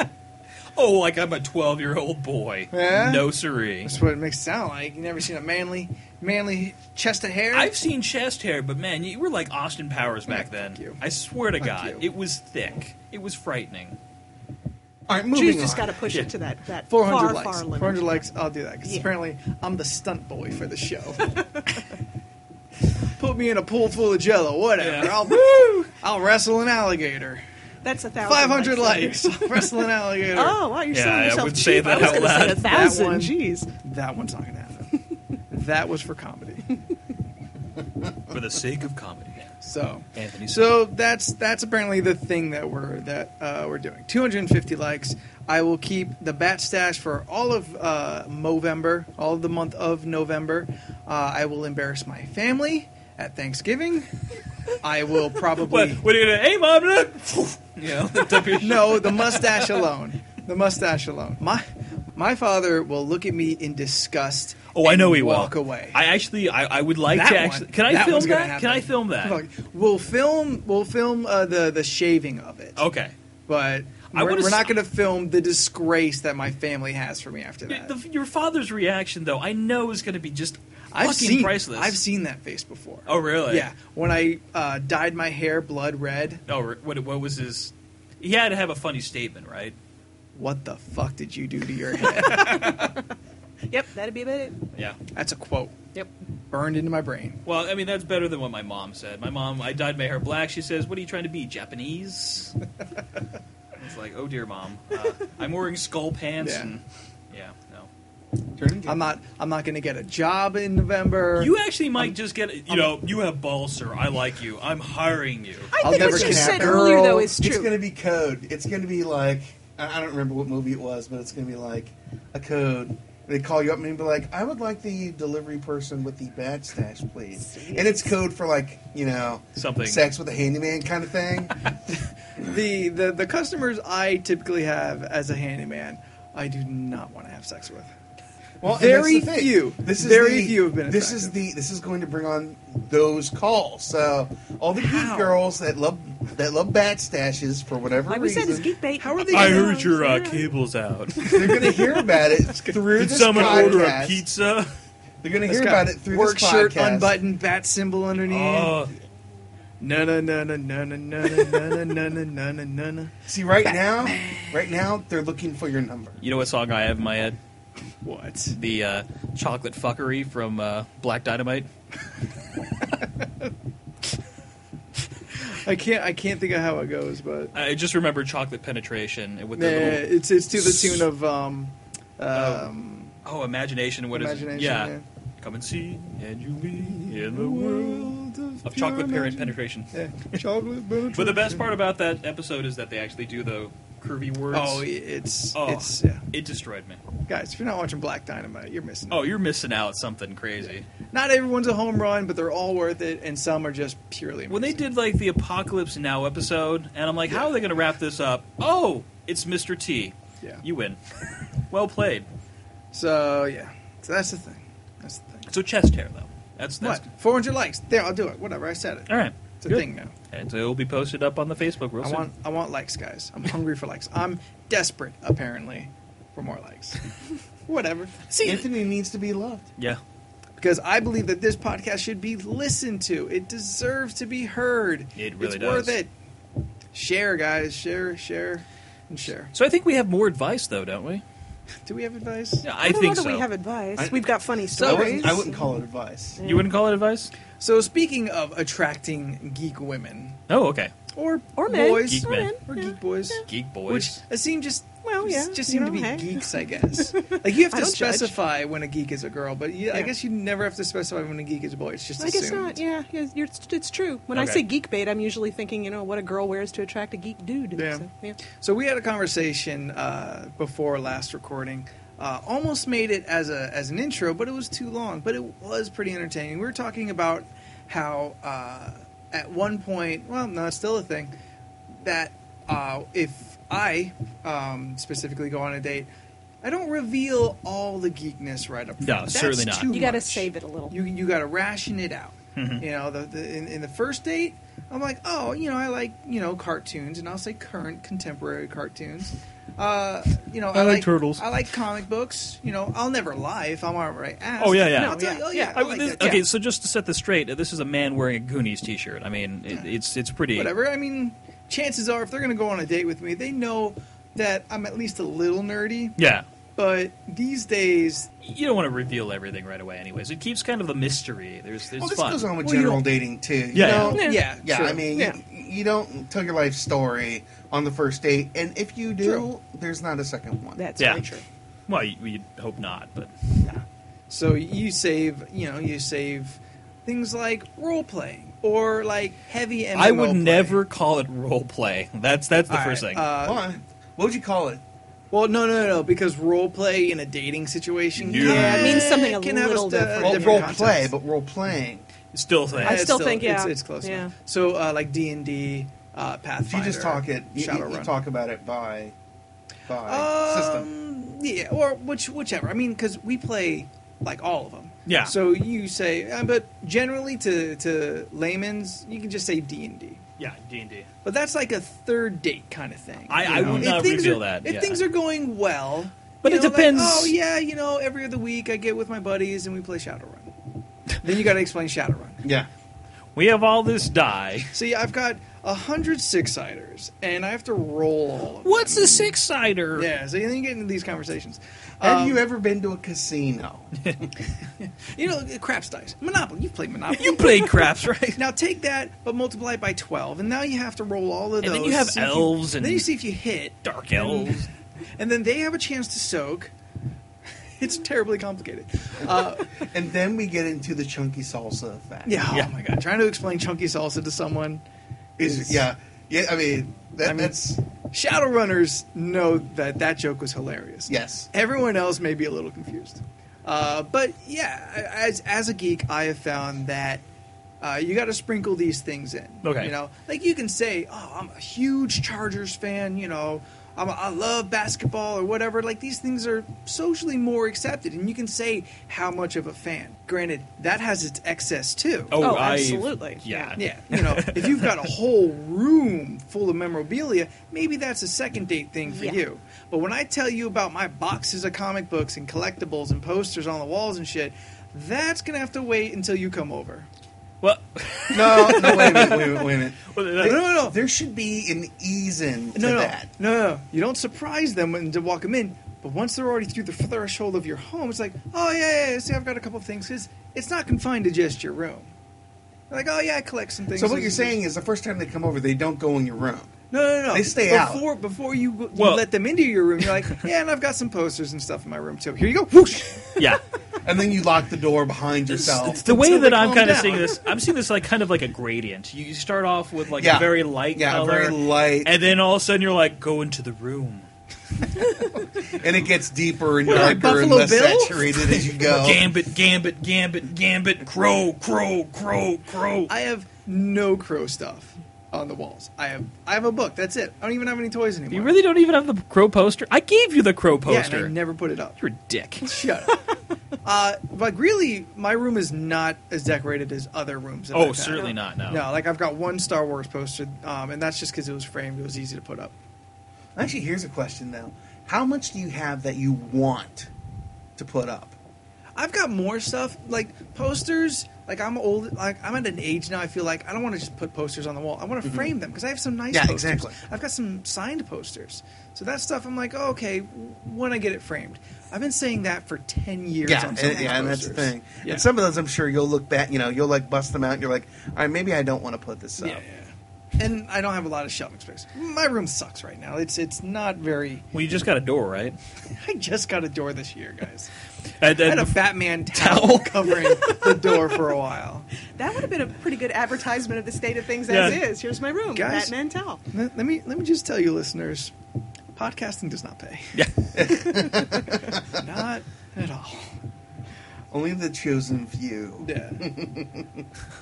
Speaker 4: oh, like I'm a 12 year old boy.
Speaker 3: Yeah?
Speaker 4: No siree.
Speaker 3: That's what it makes it sound like. You never seen a manly, manly chest of hair.
Speaker 4: I've seen chest hair, but man, you were like Austin Powers back then.
Speaker 3: you.
Speaker 4: I swear to
Speaker 3: Fuck
Speaker 4: God,
Speaker 3: you.
Speaker 4: it was thick. It was frightening.
Speaker 5: All right,
Speaker 1: Drew's
Speaker 5: moving
Speaker 1: just
Speaker 5: on.
Speaker 1: got to push
Speaker 4: Yeah.
Speaker 1: it to that, that
Speaker 3: 400
Speaker 1: far,
Speaker 3: likes.
Speaker 1: far limit.
Speaker 3: 400 likes. I'll do that because
Speaker 1: Yeah.
Speaker 3: apparently I'm the stunt boy for
Speaker 1: *laughs*
Speaker 3: the show. *laughs* Put me in a pool full of jello, whatever.
Speaker 4: Yeah.
Speaker 3: I'll, I'll wrestle an alligator.
Speaker 1: That's a thousand.
Speaker 3: 500 likes.
Speaker 1: likes.
Speaker 3: I'll wrestle an alligator.
Speaker 1: *laughs* Oh, wow, you're
Speaker 4: Yeah,
Speaker 1: selling
Speaker 4: I
Speaker 1: yourself
Speaker 4: would
Speaker 1: cheap.
Speaker 4: say that
Speaker 1: I was
Speaker 4: out
Speaker 1: gonna say
Speaker 4: loud.
Speaker 1: a
Speaker 3: That one-
Speaker 1: thousand. Jeez.
Speaker 3: That one's not going to happen. *laughs* that was for comedy.
Speaker 4: For the sake of
Speaker 3: *laughs*
Speaker 4: comedy.
Speaker 3: So,
Speaker 4: Anthony.
Speaker 3: so that's that's apparently the thing that we're that uh, we're doing. 250 likes. I will keep the bat stash for all of uh, Movember, all of the month of November. Uh, I will embarrass my family at Thanksgiving. I will
Speaker 4: What, *laughs*
Speaker 3: probably
Speaker 4: what are you gonna? Hey, mom, look! you know, dump your shit.
Speaker 3: no the mustache alone. The mustache alone. My my father will look at me in disgust.
Speaker 4: *laughs* Oh, I
Speaker 3: and
Speaker 4: know he will.
Speaker 3: walk away.
Speaker 4: I actually, I, I would like
Speaker 3: That
Speaker 4: to
Speaker 3: one.
Speaker 4: actually. Can I
Speaker 3: That
Speaker 4: film
Speaker 3: one's gonna
Speaker 4: that? Can I
Speaker 3: happen.
Speaker 4: film that?
Speaker 3: Fuck. We'll film. We'll film uh, the the shaving of it.
Speaker 4: Okay. Oh.
Speaker 3: but
Speaker 4: I
Speaker 3: we're,
Speaker 4: wanna
Speaker 3: we're
Speaker 4: s-
Speaker 3: not going to film the disgrace that my family has for me after
Speaker 4: Y-
Speaker 3: that.
Speaker 4: the- your father's reaction, though, I know is going to be just
Speaker 3: I've
Speaker 4: fucking
Speaker 3: seen
Speaker 4: priceless.
Speaker 3: I've seen that face before.
Speaker 4: Oh, really?
Speaker 3: Yeah, when I uh, dyed my hair blood red.
Speaker 4: No, Oh, re- what what was his? He had to have a funny statement, right?
Speaker 3: What the fuck did you do to
Speaker 4: *laughs*
Speaker 3: your head?
Speaker 1: Yep, that'd be about it.
Speaker 4: Yeah.
Speaker 3: That's a quote
Speaker 1: Yep.
Speaker 3: burned into my brain.
Speaker 4: Well, I mean, that's better than what my mom said. My mom, I dyed my hair black. She says, "What are you trying to be, *laughs* Japanese?" it's like, oh dear, mom. Uh, I'm wearing skull pants.
Speaker 3: Yeah.
Speaker 4: And, yeah. No.
Speaker 3: I'm not I'm not going to get a job in November.
Speaker 4: You actually might just get. You
Speaker 3: I'm-
Speaker 4: know, you have balls, sir. I like you. I'm hiring you.
Speaker 1: I
Speaker 3: I'll
Speaker 1: think
Speaker 3: never
Speaker 1: what you said
Speaker 3: kidnap a
Speaker 1: earlier,
Speaker 3: girl.
Speaker 1: though, is
Speaker 5: It's
Speaker 1: true.
Speaker 5: going to be code. It's going to be like I I don't remember what movie it was, but it's going to be like a code. They call you up and be like, "I would like the delivery person with the bad stash, please." And it's code for like you know
Speaker 4: Something.
Speaker 5: sex with a handyman kind
Speaker 3: *laughs*
Speaker 5: of thing.
Speaker 3: the, the the customers I typically have as a handyman, I do not want to have sex with.
Speaker 5: and that's
Speaker 3: Very
Speaker 5: the thing.
Speaker 3: few. Very few have been
Speaker 5: This is
Speaker 3: attractive.
Speaker 5: the this is going to bring on those calls. So all the geek
Speaker 3: How?
Speaker 5: girls that love that love bad stashes for whatever
Speaker 1: like we
Speaker 5: reason,
Speaker 1: said, it's geek bait.
Speaker 3: How are they I gonna- heard
Speaker 4: uh, cables out.
Speaker 5: they're going to hear
Speaker 1: *laughs*
Speaker 5: about it through this podcast.
Speaker 4: pizza?
Speaker 5: They're going to
Speaker 3: It's
Speaker 5: hear
Speaker 3: got
Speaker 5: about it through
Speaker 3: work
Speaker 5: this
Speaker 3: shirt
Speaker 5: podcast.
Speaker 3: unbuttoned, bat symbol underneath.
Speaker 4: Oh,
Speaker 3: No no no no no no no no no no no no no no.
Speaker 5: See, right now, right now they're looking for your number.
Speaker 4: you know what song I have in my head?
Speaker 3: What?
Speaker 4: The uh, chocolate fuckery from uh, Black Dynamite.
Speaker 3: I can't. I can't think of how it goes, but
Speaker 4: I just remember chocolate penetration with
Speaker 3: Nah,
Speaker 4: the little
Speaker 3: it's it's to the tune of um, um
Speaker 4: oh imagination. What is
Speaker 3: imagination.
Speaker 4: it? Yeah. come and see, and you'll be in the world of
Speaker 3: pure
Speaker 4: chocolate parent
Speaker 3: imagine-
Speaker 4: penetration.
Speaker 3: Yeah, chocolate *laughs* penetration.
Speaker 4: But the best part about that episode is that they actually do the curvy words.
Speaker 3: Oh, it's
Speaker 4: Oh,
Speaker 3: it's yeah.
Speaker 4: it destroyed me.
Speaker 3: Guys, if you're not watching Black Dynamite, you're missing.
Speaker 4: Oh,
Speaker 3: it.
Speaker 4: you're missing out something crazy.
Speaker 3: not everyone's a home run, but they're all worth it, and some are just purely.
Speaker 4: When they
Speaker 3: amazing.
Speaker 4: did like the Apocalypse Now episode, and I'm like, how are they going to wrap this up? Oh, it's Mr. T.
Speaker 3: yeah.
Speaker 4: You win. *laughs* well played.
Speaker 3: So yeah, so that's the thing. That's the thing.
Speaker 4: So chest hair though. That's that's
Speaker 3: What? 400 likes. There, I'll do it. Whatever. I said it.
Speaker 4: all right.
Speaker 3: It's a
Speaker 4: good.
Speaker 3: thing now.
Speaker 4: And it'll be posted up on the Facebook real
Speaker 3: I
Speaker 4: soon.
Speaker 3: want I want likes, guys. I'm hungry for likes. I'm desperate, apparently, for more
Speaker 4: *laughs*
Speaker 3: likes. Whatever. See,
Speaker 5: Anthony needs to be loved.
Speaker 4: yeah.
Speaker 3: because I believe that this podcast should be listened to. It deserves to be heard.
Speaker 4: It really
Speaker 3: it's
Speaker 4: does.
Speaker 3: worth it. Share, guys. Share, share, and share.
Speaker 4: So I think we have more advice though, don't we?
Speaker 3: Do we have advice?
Speaker 4: Yeah,
Speaker 1: I,
Speaker 4: I,
Speaker 1: don't
Speaker 4: think
Speaker 1: know
Speaker 4: so.
Speaker 1: that we have advice.
Speaker 5: I-
Speaker 1: We've got funny
Speaker 5: I
Speaker 1: stories.
Speaker 5: wouldn't, I wouldn't call it advice.
Speaker 4: you wouldn't call it advice?
Speaker 3: So speaking of attracting geek women
Speaker 4: Oh, okay.
Speaker 3: or
Speaker 1: Or men.
Speaker 3: boys
Speaker 4: Geek
Speaker 1: or
Speaker 4: men.
Speaker 1: men.
Speaker 3: or
Speaker 1: yeah.
Speaker 3: geek boys,
Speaker 4: Geek boys.
Speaker 3: which it seem just
Speaker 1: Well, Oh, yeah.
Speaker 3: just, just
Speaker 1: you
Speaker 3: seem to
Speaker 1: know,
Speaker 3: be
Speaker 1: hey.
Speaker 3: geeks,
Speaker 1: *laughs*
Speaker 3: I guess. like you have
Speaker 1: I
Speaker 3: to
Speaker 1: don't judge.
Speaker 3: specify when a geek is a girl, but you, I
Speaker 1: Yeah.
Speaker 3: guess you never have to specify when a geek is a boy. It's just
Speaker 1: I guess
Speaker 3: assumed.
Speaker 1: not. Yeah, yeah, you're, it's, it's true. When I
Speaker 4: Okay.
Speaker 1: say geek bait, I'm usually thinking, you know, what a girl wears to attract a geek dude.
Speaker 3: Yeah.
Speaker 1: So, yeah.
Speaker 3: So we had a conversation uh, before last recording. Uh, almost made it as a as an intro, but it was too long. But it was pretty entertaining. We were talking about how uh, at one point, well, no, it's still a thing that uh, if I um, specifically go on a date, I don't reveal all the geekness right up front. That's
Speaker 4: certainly not.
Speaker 3: too
Speaker 1: You got to
Speaker 3: much.
Speaker 1: save it a little.
Speaker 3: You you got to ration it out.
Speaker 4: Mhm.
Speaker 3: You know, the, the in, in the first date, I'm like, oh, you know, I like you know cartoons, and I'll say current contemporary cartoons. Uh, you know, I,
Speaker 4: like turtles.
Speaker 3: I like comic books. You know, I'll never lie if I'm already asked.
Speaker 4: Oh, yeah, yeah.
Speaker 3: No, I'll tell you, oh yeah.
Speaker 1: Yeah.
Speaker 3: I like
Speaker 4: this-
Speaker 3: that.
Speaker 4: okay,
Speaker 3: Yeah.
Speaker 4: so just to set this straight, uh, this is a man wearing a Goonies T-shirt. I mean, it, it's it's pretty.
Speaker 3: whatever. I mean, chances are, if they're gonna go on a date with me, they know that I'm at least a little nerdy.
Speaker 4: Yeah,
Speaker 3: But these days,
Speaker 4: you don't want to reveal everything right away, anyways. It keeps kind of a mystery. There's there's
Speaker 5: Well, this
Speaker 4: fun.
Speaker 5: goes on with
Speaker 3: Well, you
Speaker 5: general
Speaker 3: don't-
Speaker 5: dating too. you
Speaker 4: Yeah.
Speaker 5: know?
Speaker 3: yeah,
Speaker 1: Yeah.
Speaker 3: yeah,
Speaker 5: Yeah,
Speaker 3: sure.
Speaker 5: I mean,
Speaker 1: Yeah.
Speaker 5: y you don't tell your life story on the first date, and if you do,
Speaker 3: True.
Speaker 5: there's not a second one.
Speaker 1: That's
Speaker 4: Yeah.
Speaker 1: very true.
Speaker 4: Well, you, you'd hope not, but
Speaker 3: So you save, you know, you save things like role playing or like heavy MMO.
Speaker 4: I would
Speaker 3: play.
Speaker 4: never call it role play. That's that's the
Speaker 3: All
Speaker 4: first
Speaker 3: right,
Speaker 4: thing.
Speaker 5: Well,
Speaker 3: Uh,
Speaker 5: I- what would you call it?
Speaker 3: well, no, no, no, because role play in a dating situation
Speaker 4: Yeah.
Speaker 3: can-
Speaker 1: Means something a
Speaker 3: can have
Speaker 1: little
Speaker 3: st-
Speaker 1: different.
Speaker 5: Well,
Speaker 1: different
Speaker 5: role
Speaker 3: context.
Speaker 5: play, but role playing.
Speaker 4: Still think.
Speaker 1: I
Speaker 3: it's
Speaker 1: still think, yeah.
Speaker 3: it's, it's close.
Speaker 1: Yeah.
Speaker 3: Enough. So uh, like D and D, uh,
Speaker 5: If you
Speaker 3: Pathfinder.
Speaker 5: just talk it, you, you, you
Speaker 3: Shadowrun.
Speaker 5: talk about it by by system.
Speaker 3: Um, yeah, or which whichever. I mean, because we play like all of them.
Speaker 4: Yeah.
Speaker 3: So you say, uh, but generally to to layman's, you can just say D and D.
Speaker 4: yeah, D and D.
Speaker 3: But that's like a third date kind of thing.
Speaker 4: I-
Speaker 3: you
Speaker 4: I
Speaker 3: know?
Speaker 4: would
Speaker 3: If
Speaker 4: not
Speaker 3: things
Speaker 4: reveal
Speaker 3: are-
Speaker 4: that,
Speaker 3: If
Speaker 4: yeah.
Speaker 3: things are going well,
Speaker 4: But
Speaker 3: you
Speaker 4: it
Speaker 3: know, like,
Speaker 4: depends-
Speaker 3: oh yeah, you know, every other week I get with my buddies and we play Shadowrun. *laughs* then you got to explain Shadowrun.
Speaker 5: Yeah.
Speaker 4: We have all this die.
Speaker 3: See, I've got a hundred six siders and I have to roll. All of
Speaker 4: What's
Speaker 3: them.
Speaker 4: a six sider?
Speaker 3: Yeah, so then you get into these conversations.
Speaker 5: Have
Speaker 3: Um,
Speaker 5: you ever been to
Speaker 3: *laughs*
Speaker 5: a casino?
Speaker 3: you know, craps dice, Monopoly. You've played Monopoly.
Speaker 4: You play craps, right?
Speaker 3: *laughs* Now take that, but multiply it by twelve, and now you have to roll all of
Speaker 4: And
Speaker 3: those.
Speaker 4: then you have
Speaker 3: see if
Speaker 4: elves and-
Speaker 3: then you see if you hit
Speaker 4: Dark elves.
Speaker 3: and then they have a chance to soak. *laughs* It's terribly complicated. Uh,
Speaker 5: And then we get into the chunky salsa effect.
Speaker 3: yeah,
Speaker 4: Yeah.
Speaker 3: Oh my god, trying to explain chunky salsa to someone
Speaker 5: Is yeah. Yeah, I mean, that,
Speaker 3: I mean-
Speaker 5: that's
Speaker 3: Shadowrunners know that that joke was hilarious. *laughs*
Speaker 5: yes.
Speaker 3: Everyone else may be a little confused. Uh, but yeah, I- as as a geek, I have found that uh, you got to sprinkle these things in.
Speaker 4: Okay.
Speaker 3: You know, like you can say, "Oh, I'm a huge Chargers fan." You know, I'm a, I love basketball or whatever. Like these things are socially more accepted, and you can say how much of a fan. Granted, that has its excess too.
Speaker 1: Oh,
Speaker 4: I-
Speaker 1: absolutely.
Speaker 4: Yeah.
Speaker 3: Yeah, you know, if you've got a whole room full of memorabilia, maybe that's a second date thing for
Speaker 1: Yeah.
Speaker 3: you. But when I tell you about my boxes of comic books and collectibles and posters on the walls and shit, that's gonna have to wait until you come over.
Speaker 4: Well,
Speaker 5: No, no, wait a minute, wait a minute, wait a minute.
Speaker 4: *laughs* well, that-
Speaker 3: No, no, no,
Speaker 5: There should be an ease in to
Speaker 3: no, no,
Speaker 5: that.
Speaker 3: no, no, no. You don't surprise them when to walk them in. But once they're already through the threshold of your home, it's like, oh yeah, yeah. yeah, See, I've got a couple of things. 'Cause it's not confined to just your room. Like, oh yeah, I collect some things.
Speaker 5: So what you're saying is the first time they come over, they don't go in your room.
Speaker 3: No, no, no.
Speaker 5: They stay out.
Speaker 3: before, Before you, you
Speaker 4: Well-
Speaker 3: let them into your room, you're like, *laughs* yeah, and I've got some posters and stuff in my room too. Here you go. Whoosh.
Speaker 4: yeah.
Speaker 5: And then you lock the door
Speaker 3: *laughs*
Speaker 5: behind
Speaker 4: It's
Speaker 5: yourself.
Speaker 4: the way
Speaker 3: Until
Speaker 4: that
Speaker 3: they
Speaker 4: I'm
Speaker 3: calm
Speaker 4: kind of
Speaker 3: down.
Speaker 4: seeing this. I'm seeing this like kind of like a gradient. You you start off with like
Speaker 5: Yeah.
Speaker 4: a very light
Speaker 5: Yeah,
Speaker 4: color,
Speaker 5: very light.
Speaker 4: and then all of a sudden you're like, go into the room.
Speaker 5: and it gets deeper and
Speaker 3: What, like
Speaker 5: darker and
Speaker 3: Buffalo
Speaker 5: less
Speaker 3: Bill?
Speaker 5: saturated as you
Speaker 3: *laughs*
Speaker 5: go.
Speaker 4: Gambit, gambit, gambit, gambit. Crow, crow, crow, crow.
Speaker 3: I have no crow stuff. on the walls. I have I have a book. That's it. I don't even have any toys anymore.
Speaker 4: You really don't even have the crow poster. I gave you the crow
Speaker 3: Yeah, and
Speaker 4: poster.
Speaker 3: I never put it up.
Speaker 4: You're a dick.
Speaker 3: Shut
Speaker 4: *laughs*
Speaker 3: up. uh, but really, my room is not as decorated as other rooms. that I've
Speaker 4: Oh,
Speaker 3: had.
Speaker 4: certainly not. No.
Speaker 3: No, like I've got one Star Wars poster, um, and that's just because it was framed. It was easy to put up.
Speaker 5: Actually, here's a question though: How much do you have that you want to put up?
Speaker 3: I've got more stuff like posters. Like I'm old. Like I'm at an age now. I feel like I don't want to just put posters on the wall. I want to frame them because I have some nice.
Speaker 5: Mm-hmm. Yeah,
Speaker 3: posters.
Speaker 5: exactly.
Speaker 3: I've got some signed posters. So that stuff, I'm like, oh, okay, when I get it framed. I've been saying that for ten years.
Speaker 5: Yeah,
Speaker 3: on
Speaker 5: and,
Speaker 3: some of my
Speaker 5: yeah, and that's the
Speaker 3: posters.
Speaker 5: thing.
Speaker 3: Yeah.
Speaker 5: And some of those, I'm sure you'll look back. You know, you'll like bust them out. And you're like, all right, maybe I don't want to put this up.
Speaker 3: Yeah. And I don't have a lot of shelving space. My room sucks right now. It's it's not very. *laughs*
Speaker 4: Well, you just got a door, right?
Speaker 3: I just got a door this year,
Speaker 5: *laughs*
Speaker 3: guys.
Speaker 4: And,
Speaker 3: I had
Speaker 4: and
Speaker 3: a Batman towel covering the door for a while.
Speaker 1: That would have been a pretty good advertisement of the state of things as
Speaker 4: Yeah.
Speaker 1: is. Here's my room,
Speaker 3: Guys.
Speaker 1: Batman towel.
Speaker 3: Let, let me let me just tell you, listeners, podcasting does not *laughs* pay.
Speaker 4: yeah.
Speaker 3: Not at all.
Speaker 5: Only the chosen few.
Speaker 3: *laughs* Yeah.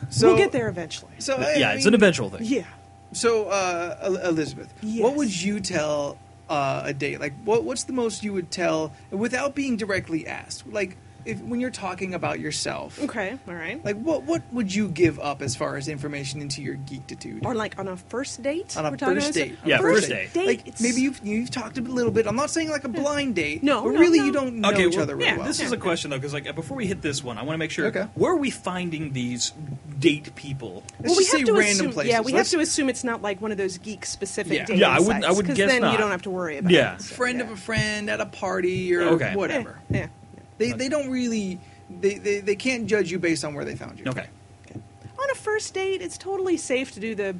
Speaker 3: So
Speaker 1: we'll get there eventually.
Speaker 3: So
Speaker 4: yeah,
Speaker 3: I
Speaker 4: it's
Speaker 3: mean,
Speaker 4: an eventual thing.
Speaker 1: Yeah.
Speaker 3: So uh, El- Elizabeth, what
Speaker 1: Yes.
Speaker 3: would you tell uh, a date? Like, what what's the most you would tell without being directly asked? Like, if when you're talking about yourself,
Speaker 1: Okay. All right.
Speaker 3: Like what what would you give up as far as information into your geekitude?
Speaker 1: or like on a first date.
Speaker 3: on a
Speaker 1: We're talking
Speaker 3: first
Speaker 1: about-
Speaker 3: date.
Speaker 4: Yeah,
Speaker 1: first,
Speaker 4: first date.
Speaker 1: date.
Speaker 3: Like
Speaker 1: it's-
Speaker 3: maybe you've you've talked a little bit. I'm not saying like a blind date.
Speaker 1: No,
Speaker 3: but
Speaker 1: no,
Speaker 3: really
Speaker 1: no.
Speaker 3: you don't know
Speaker 4: okay,
Speaker 3: each
Speaker 4: well,
Speaker 3: other really
Speaker 1: yeah,
Speaker 3: well.
Speaker 4: This is a question though, because like before we hit this one, I want to make sure
Speaker 3: Okay.
Speaker 4: where are we finding these date people?
Speaker 3: Let's
Speaker 1: well, we
Speaker 3: just
Speaker 1: have
Speaker 3: say
Speaker 1: to
Speaker 3: random
Speaker 1: assume,
Speaker 3: places.
Speaker 1: Yeah, we
Speaker 3: Let's-
Speaker 1: have to assume it's not like one of those geek specific
Speaker 3: Yeah.
Speaker 1: dating
Speaker 4: Yeah, I wouldn't- I
Speaker 1: sites,
Speaker 4: would
Speaker 1: 'cause
Speaker 4: guess
Speaker 1: then
Speaker 4: not.
Speaker 1: you don't have to worry about
Speaker 4: Yeah.
Speaker 1: it. so,
Speaker 3: friend
Speaker 1: yeah.
Speaker 3: of a friend at a party or
Speaker 4: Okay.
Speaker 1: Yeah,
Speaker 3: whatever.
Speaker 1: Yeah.
Speaker 3: They they don't really they, they they can't judge you based on where they found you.
Speaker 4: Okay.
Speaker 1: Okay. On a first date, it's totally safe to do the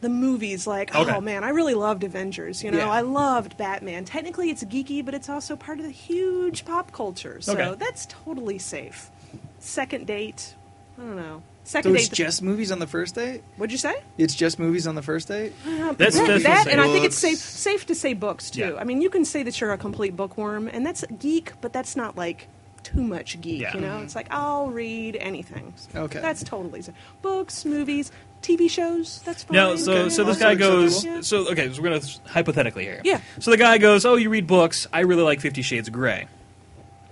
Speaker 1: the movies like,
Speaker 4: Okay.
Speaker 1: oh man, I really loved Avengers, you know,
Speaker 3: Yeah.
Speaker 1: I loved Batman. Technically it's geeky, but it's also part of the huge pop culture. So
Speaker 4: Okay.
Speaker 1: that's totally safe. Second date, I don't know. Second
Speaker 3: So it's
Speaker 1: date
Speaker 3: just movies on the first date.
Speaker 1: what'd you say?
Speaker 3: It's just movies on the first date.
Speaker 4: That's-
Speaker 1: Uh, that,
Speaker 4: that's
Speaker 1: that,
Speaker 4: what I'm
Speaker 1: and I
Speaker 5: saying.
Speaker 1: think it's safe
Speaker 5: Books.
Speaker 1: safe to say books too.
Speaker 4: Yeah.
Speaker 1: I mean, you can say that you're a complete bookworm, and that's geek, but that's not like too much geek.
Speaker 4: Yeah.
Speaker 1: You know, it's like I'll read anything. So
Speaker 3: Okay.
Speaker 1: that's totally safe. books, movies, TV shows. That's fine.
Speaker 4: Now, so
Speaker 1: you
Speaker 4: so
Speaker 1: know.
Speaker 4: this guy goes.
Speaker 1: Yeah.
Speaker 4: So okay, so we're gonna th- hypothetically here.
Speaker 1: Yeah.
Speaker 4: So the guy goes, "Oh, you read books? I really like Fifty Shades of Grey."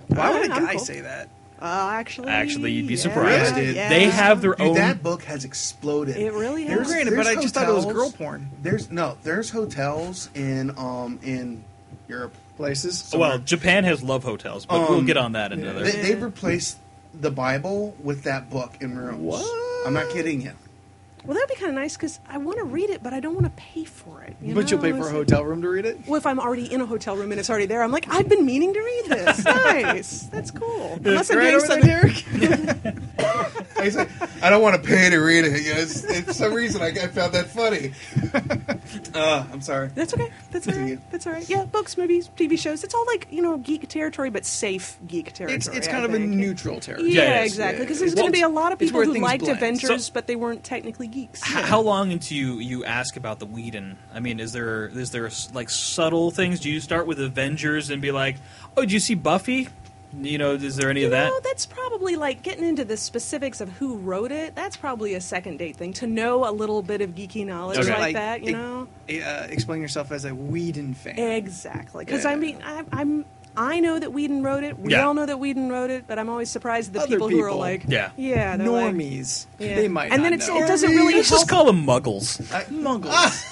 Speaker 3: Why would a
Speaker 1: I'm
Speaker 3: guy
Speaker 1: cool.
Speaker 3: say that?
Speaker 1: uh, actually,
Speaker 4: Actually, you'd be
Speaker 1: yeah,
Speaker 4: surprised.
Speaker 5: Really?
Speaker 1: yeah.
Speaker 4: They have their
Speaker 5: Dude,
Speaker 4: own.
Speaker 5: that book has exploded.
Speaker 1: It really has.
Speaker 5: There's-
Speaker 3: Granted,
Speaker 5: there's
Speaker 3: but I just thought it was
Speaker 5: hotels-
Speaker 3: girl porn.
Speaker 5: There's no, there's hotels in um in Europe.
Speaker 3: Places.
Speaker 4: well, Japan has love hotels, but we'll
Speaker 5: Um,
Speaker 4: get on that
Speaker 3: yeah.
Speaker 4: another.
Speaker 5: They, they've replaced the Bible with that book in rooms.
Speaker 3: What?
Speaker 5: I'm not kidding
Speaker 3: *laughs*
Speaker 5: you.
Speaker 1: Well, that'd be kind of nice because I want to read it, but I don't want to pay for it. You
Speaker 3: but you'll
Speaker 1: know?
Speaker 3: pay for a
Speaker 1: It's-
Speaker 3: hotel room to read it.
Speaker 1: Well, if I'm already in a hotel room and it's already there, I'm like, I've been meaning to read
Speaker 3: *laughs*
Speaker 1: this. nice. That's cool. Unless I'm
Speaker 3: right
Speaker 1: doing
Speaker 3: over there,
Speaker 1: something. *laughs*
Speaker 3: Derek.
Speaker 5: I, said, I don't want to pay to read it. You know, it's, it's for some reason I, I found that funny. *laughs* Uh, I'm sorry.
Speaker 1: That's okay. That's all
Speaker 5: Continue.
Speaker 1: right. That's all right. Yeah, books, movies, TV shows. It's all like you know geek territory, but safe geek territory.
Speaker 3: It's it's
Speaker 1: I
Speaker 3: kind of a
Speaker 1: think.
Speaker 3: neutral territory.
Speaker 1: Yeah,
Speaker 4: Yeah,
Speaker 1: exactly.
Speaker 3: yeah,
Speaker 1: Because
Speaker 3: yeah.
Speaker 1: there's going
Speaker 4: Well,
Speaker 1: to be a lot of
Speaker 3: it's
Speaker 1: people
Speaker 3: where
Speaker 1: who
Speaker 3: things
Speaker 1: liked
Speaker 3: blend.
Speaker 1: Avengers,
Speaker 4: So-
Speaker 1: but they weren't technically geeks.
Speaker 4: H- How long into you, you ask about the Whedon? I mean, is there is there like subtle things? Do you start with Avengers and be like, "Oh, did you see Buffy?" You know, is there any
Speaker 1: You
Speaker 4: of that?
Speaker 1: know, that's probably like getting into the specifics of who wrote it. That's probably a second date thing to know a little bit of geeky knowledge
Speaker 4: Okay.
Speaker 1: like,
Speaker 3: Like,
Speaker 1: that. You
Speaker 3: e-
Speaker 1: know,
Speaker 3: Uh, explain yourself as a Whedon fan.
Speaker 1: Exactly, because
Speaker 3: Yeah.
Speaker 1: I mean, I, I'm I know that Whedon wrote it. We
Speaker 4: Yeah.
Speaker 1: all know that Whedon wrote it, but I'm always surprised at the
Speaker 3: Other
Speaker 1: people, who are
Speaker 3: people.
Speaker 1: like,
Speaker 4: Yeah.
Speaker 1: yeah, they're like-
Speaker 3: Normies.
Speaker 1: Yeah.
Speaker 3: They might.
Speaker 1: And
Speaker 3: not
Speaker 1: then it's,
Speaker 3: know.
Speaker 1: it doesn't really
Speaker 4: Let's
Speaker 1: help.
Speaker 4: just call them muggles.
Speaker 3: Uh, muggles.
Speaker 5: Ah.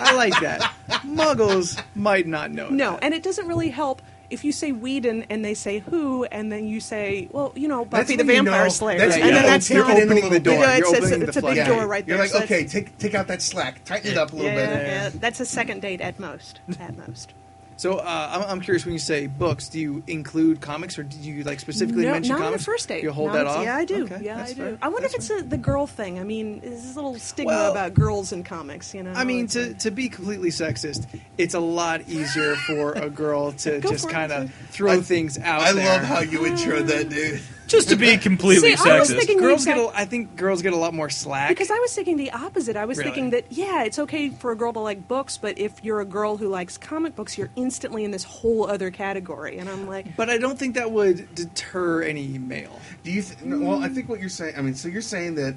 Speaker 3: I like that. Muggles might not know.
Speaker 1: no,
Speaker 3: that.
Speaker 1: and it doesn't really help if you say Whedon and they say who, and then you say, well, you know, Buffy the
Speaker 5: when you
Speaker 1: Vampire
Speaker 5: know-
Speaker 1: Slayer,
Speaker 5: that's
Speaker 1: and
Speaker 5: when
Speaker 1: then
Speaker 5: you know
Speaker 1: that's
Speaker 5: you're
Speaker 1: not.
Speaker 5: opening the door.
Speaker 1: You know,
Speaker 3: You're
Speaker 1: it's, it's,
Speaker 3: opening
Speaker 1: it's
Speaker 3: the
Speaker 1: a big
Speaker 3: floodgate.
Speaker 1: door right there.
Speaker 5: You're like,
Speaker 1: so that's-
Speaker 5: okay, take take out that slack, tighten it up a little
Speaker 1: yeah,
Speaker 5: bit.
Speaker 1: yeah, that's a second date at most. At most.
Speaker 3: So uh, I'm, I'm curious when you say books, do you include comics or do you like specifically
Speaker 1: no,
Speaker 3: mention
Speaker 1: not
Speaker 3: comics?
Speaker 1: on a first date.
Speaker 3: You hold
Speaker 1: Not
Speaker 3: that
Speaker 1: on-
Speaker 3: off.
Speaker 1: Yeah, I do.
Speaker 3: Okay,
Speaker 1: yeah, I
Speaker 3: that's
Speaker 1: do.
Speaker 3: fair.
Speaker 1: I wonder
Speaker 3: That's
Speaker 1: if it's
Speaker 3: fair.
Speaker 1: a, the girl thing. I mean, there's this little stigma
Speaker 3: Well-
Speaker 1: about girls in comics, you know?
Speaker 3: I mean,
Speaker 1: It's
Speaker 3: to,
Speaker 1: like-
Speaker 3: to be completely sexist, it's a lot easier for a girl
Speaker 1: *laughs*
Speaker 3: to
Speaker 1: Go
Speaker 3: just
Speaker 1: for it,
Speaker 3: kind of
Speaker 1: that's
Speaker 3: throw
Speaker 5: I-
Speaker 3: things out
Speaker 5: I
Speaker 3: there.
Speaker 5: love how you intro that, dude.
Speaker 4: Just to be completely
Speaker 1: See,
Speaker 4: sexist.
Speaker 1: I was thinking-
Speaker 3: girls get.
Speaker 1: Exact-
Speaker 3: A, I think girls get a lot more slack
Speaker 1: Because I was thinking the opposite. I was
Speaker 3: Really?
Speaker 1: thinking that, yeah, it's okay for a girl to like books, but if you're a girl who likes comic books, you're instantly in this whole other category. And I'm like,
Speaker 3: But I don't think that would deter any male.
Speaker 5: Do you? Th- no, well, I think what you're saying. I mean, so you're saying that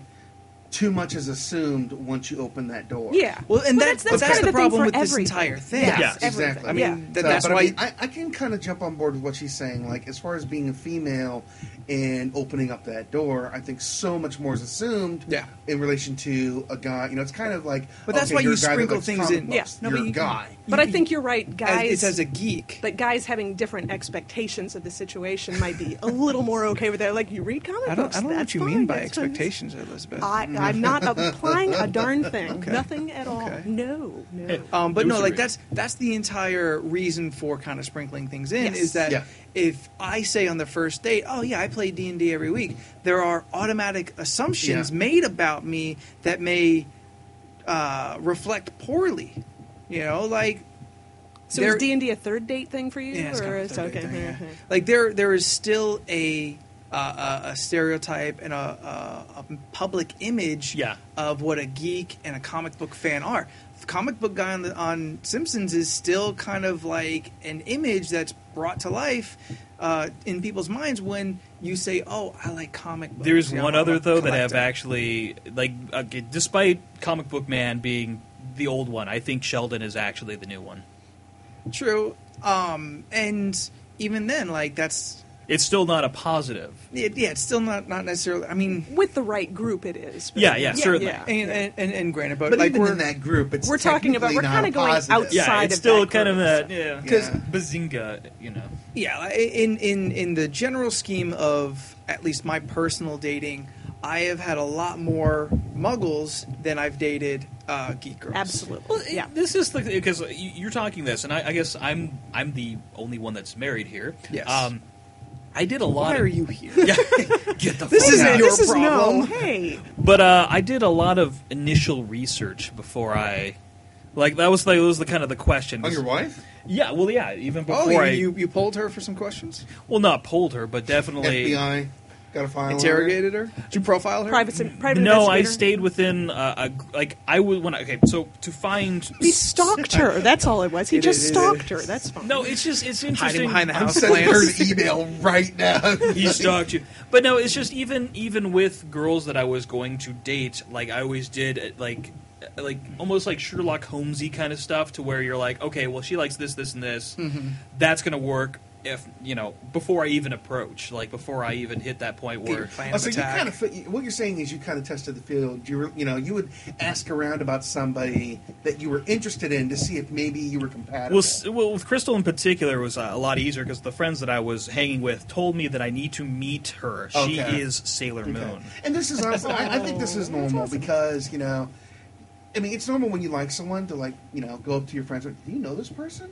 Speaker 5: too much is assumed once you open that door.
Speaker 1: Yeah.
Speaker 3: Well, and
Speaker 1: Well,
Speaker 3: that's,
Speaker 1: that's- that's
Speaker 3: that's,
Speaker 5: kind of
Speaker 3: the
Speaker 1: the thing
Speaker 3: problem
Speaker 1: for
Speaker 3: with this
Speaker 1: everything.
Speaker 3: entire thing.
Speaker 4: Yeah.
Speaker 1: Yes, everything.
Speaker 5: exactly.
Speaker 3: I mean,
Speaker 1: yeah.
Speaker 3: that,
Speaker 5: So,
Speaker 3: that's
Speaker 5: but
Speaker 3: why
Speaker 5: I, mean, I, I can kind of jump on board with what she's saying. Like, as far as being a female and opening up that door, I think so much more is assumed.
Speaker 3: Yeah.
Speaker 5: In relation to a guy, you know, it's kind of like.
Speaker 3: But that's
Speaker 5: okay,
Speaker 3: why
Speaker 5: you're
Speaker 3: you
Speaker 5: a guy that
Speaker 3: sprinkle
Speaker 5: likes
Speaker 3: things
Speaker 5: comic
Speaker 3: in.
Speaker 5: books.
Speaker 1: Yeah.
Speaker 3: No,
Speaker 5: you're
Speaker 3: but
Speaker 5: a
Speaker 3: you-
Speaker 5: guy.
Speaker 1: But I think you're right,
Speaker 3: as,
Speaker 1: guys.
Speaker 3: it's as a geek.
Speaker 1: but guys having different expectations of the situation might be a little more okay with that. Like you read comic
Speaker 3: I don't,
Speaker 1: books.
Speaker 3: I don't know what
Speaker 1: that's
Speaker 3: you
Speaker 1: fine,
Speaker 3: mean by
Speaker 1: that's fine.
Speaker 3: expectations, Elizabeth.
Speaker 1: I, I'm not applying a darn thing.
Speaker 3: *laughs* Okay.
Speaker 1: Nothing at all.
Speaker 3: Okay.
Speaker 1: No, no.
Speaker 3: Um, but no,
Speaker 4: Illusory.
Speaker 3: like that's that's the entire reason for kind of sprinkling things in
Speaker 1: Yes.
Speaker 3: is that
Speaker 5: Yeah.
Speaker 3: if I say on the first date, "Oh yeah, I play D and D every week," there are automatic assumptions
Speaker 5: Yeah.
Speaker 3: made about me that may uh, reflect poorly. You know, like
Speaker 1: So is
Speaker 3: there-
Speaker 1: D and D a third date thing for you?
Speaker 3: Yeah, it's kind
Speaker 1: or
Speaker 3: of a
Speaker 1: is-
Speaker 3: third
Speaker 1: okay.
Speaker 3: date thing,
Speaker 1: *laughs*
Speaker 3: yeah.
Speaker 1: okay.
Speaker 3: Like there, there is still a uh, a, a stereotype and a, a, a public image
Speaker 4: Yeah.
Speaker 3: of what a geek and a comic book fan are. The comic book guy on, the, on Simpsons is still kind of like an image that's brought to life uh, in people's minds when you say, "Oh, I like comic books."
Speaker 4: There's
Speaker 3: you know,
Speaker 4: one
Speaker 3: I'm a
Speaker 4: other though that I've
Speaker 3: collector."
Speaker 4: actually like, uh, despite comic book man being the old one, I think Sheldon is actually the new one.
Speaker 3: true, um, and even then, like that's
Speaker 4: It's still not a positive.
Speaker 3: it, yeah, it's still not not necessarily. I mean,
Speaker 1: With the right group, it is.
Speaker 4: Yeah, yeah, certainly.
Speaker 1: yeah.
Speaker 3: and, and, and, and granted, but,
Speaker 5: But
Speaker 3: like
Speaker 5: even
Speaker 3: we're
Speaker 5: in that group, it's
Speaker 1: we're talking about- we're
Speaker 5: kind
Speaker 1: kinda
Speaker 5: of
Speaker 1: going outside.
Speaker 4: Yeah,
Speaker 1: Side
Speaker 4: it's
Speaker 1: of
Speaker 4: still
Speaker 1: that
Speaker 4: kind of
Speaker 1: group,
Speaker 4: that
Speaker 1: so.
Speaker 4: yeah, because
Speaker 5: Yeah.
Speaker 4: bazinga, you know.
Speaker 3: Yeah, I- in in in the general scheme of at least my personal dating, I have had a lot more muggles than I've dated uh, geek girls.
Speaker 1: Absolutely.
Speaker 4: Well, it-
Speaker 1: yeah.
Speaker 4: this is the because you're talking this, and I, I guess I'm I'm the only one that's married here.
Speaker 3: Yes.
Speaker 4: Um, I did a lot.
Speaker 3: Why
Speaker 4: of,
Speaker 3: are you here?
Speaker 4: *laughs*
Speaker 3: *laughs*
Speaker 4: Yeah. Get the
Speaker 3: This
Speaker 4: fuck
Speaker 3: isn't
Speaker 4: out.
Speaker 3: your
Speaker 1: this is no.
Speaker 3: problem.
Speaker 1: Hey,
Speaker 3: *laughs*
Speaker 4: But uh, I did a lot of initial research before I, like that was the, that was the kind of the question.
Speaker 5: On your wife?
Speaker 4: Yeah, well, yeah, even before
Speaker 3: Oh, you,
Speaker 4: I,
Speaker 3: you you polled her for some questions?
Speaker 4: well, not pulled her, but definitely
Speaker 5: FBI. Got a file. on it?
Speaker 3: Interrogated her? Did you profile her?
Speaker 1: private, private.
Speaker 4: No, I
Speaker 1: investigator.
Speaker 4: stayed within uh, a gr- like I would when I, okay. So to find
Speaker 1: He stalked her. That's all it was. He
Speaker 3: It
Speaker 1: just
Speaker 3: is- it
Speaker 1: stalked her.
Speaker 3: is.
Speaker 1: That's fine.
Speaker 4: no, it's just it's interesting.
Speaker 3: behind the
Speaker 5: I'm
Speaker 3: house
Speaker 5: sending her
Speaker 3: plants.
Speaker 5: an email right now.
Speaker 4: *laughs* he stalked you. But no, it's just even even with girls that I was going to date, like I always did, uh, like uh, like almost like Sherlock Holmesy kind of stuff, to where you're like, okay, well she likes this, this, and this.
Speaker 3: Mm-hmm.
Speaker 4: That's gonna work if you know before I even approach, like before I even hit that point
Speaker 3: Get your
Speaker 4: where
Speaker 3: plan
Speaker 5: Oh,
Speaker 3: of
Speaker 5: so you
Speaker 3: attack.
Speaker 5: kind of what you're saying is you kind of tested the field. You were, you know, you would ask around about somebody that you were interested in to see if maybe you were compatible.
Speaker 4: Well, s- well, with Crystal in particular was uh, a lot easier because the friends that I was hanging with told me that I need to meet her. She
Speaker 5: Okay.
Speaker 4: is Sailor
Speaker 5: Okay.
Speaker 4: Moon.
Speaker 5: And this is honestly, I, I think this is
Speaker 1: Oh, that's
Speaker 5: normal
Speaker 1: awesome.
Speaker 5: because you know, I mean, it's normal when you like someone to like, you know, go up to your friends. and, Do you know this person?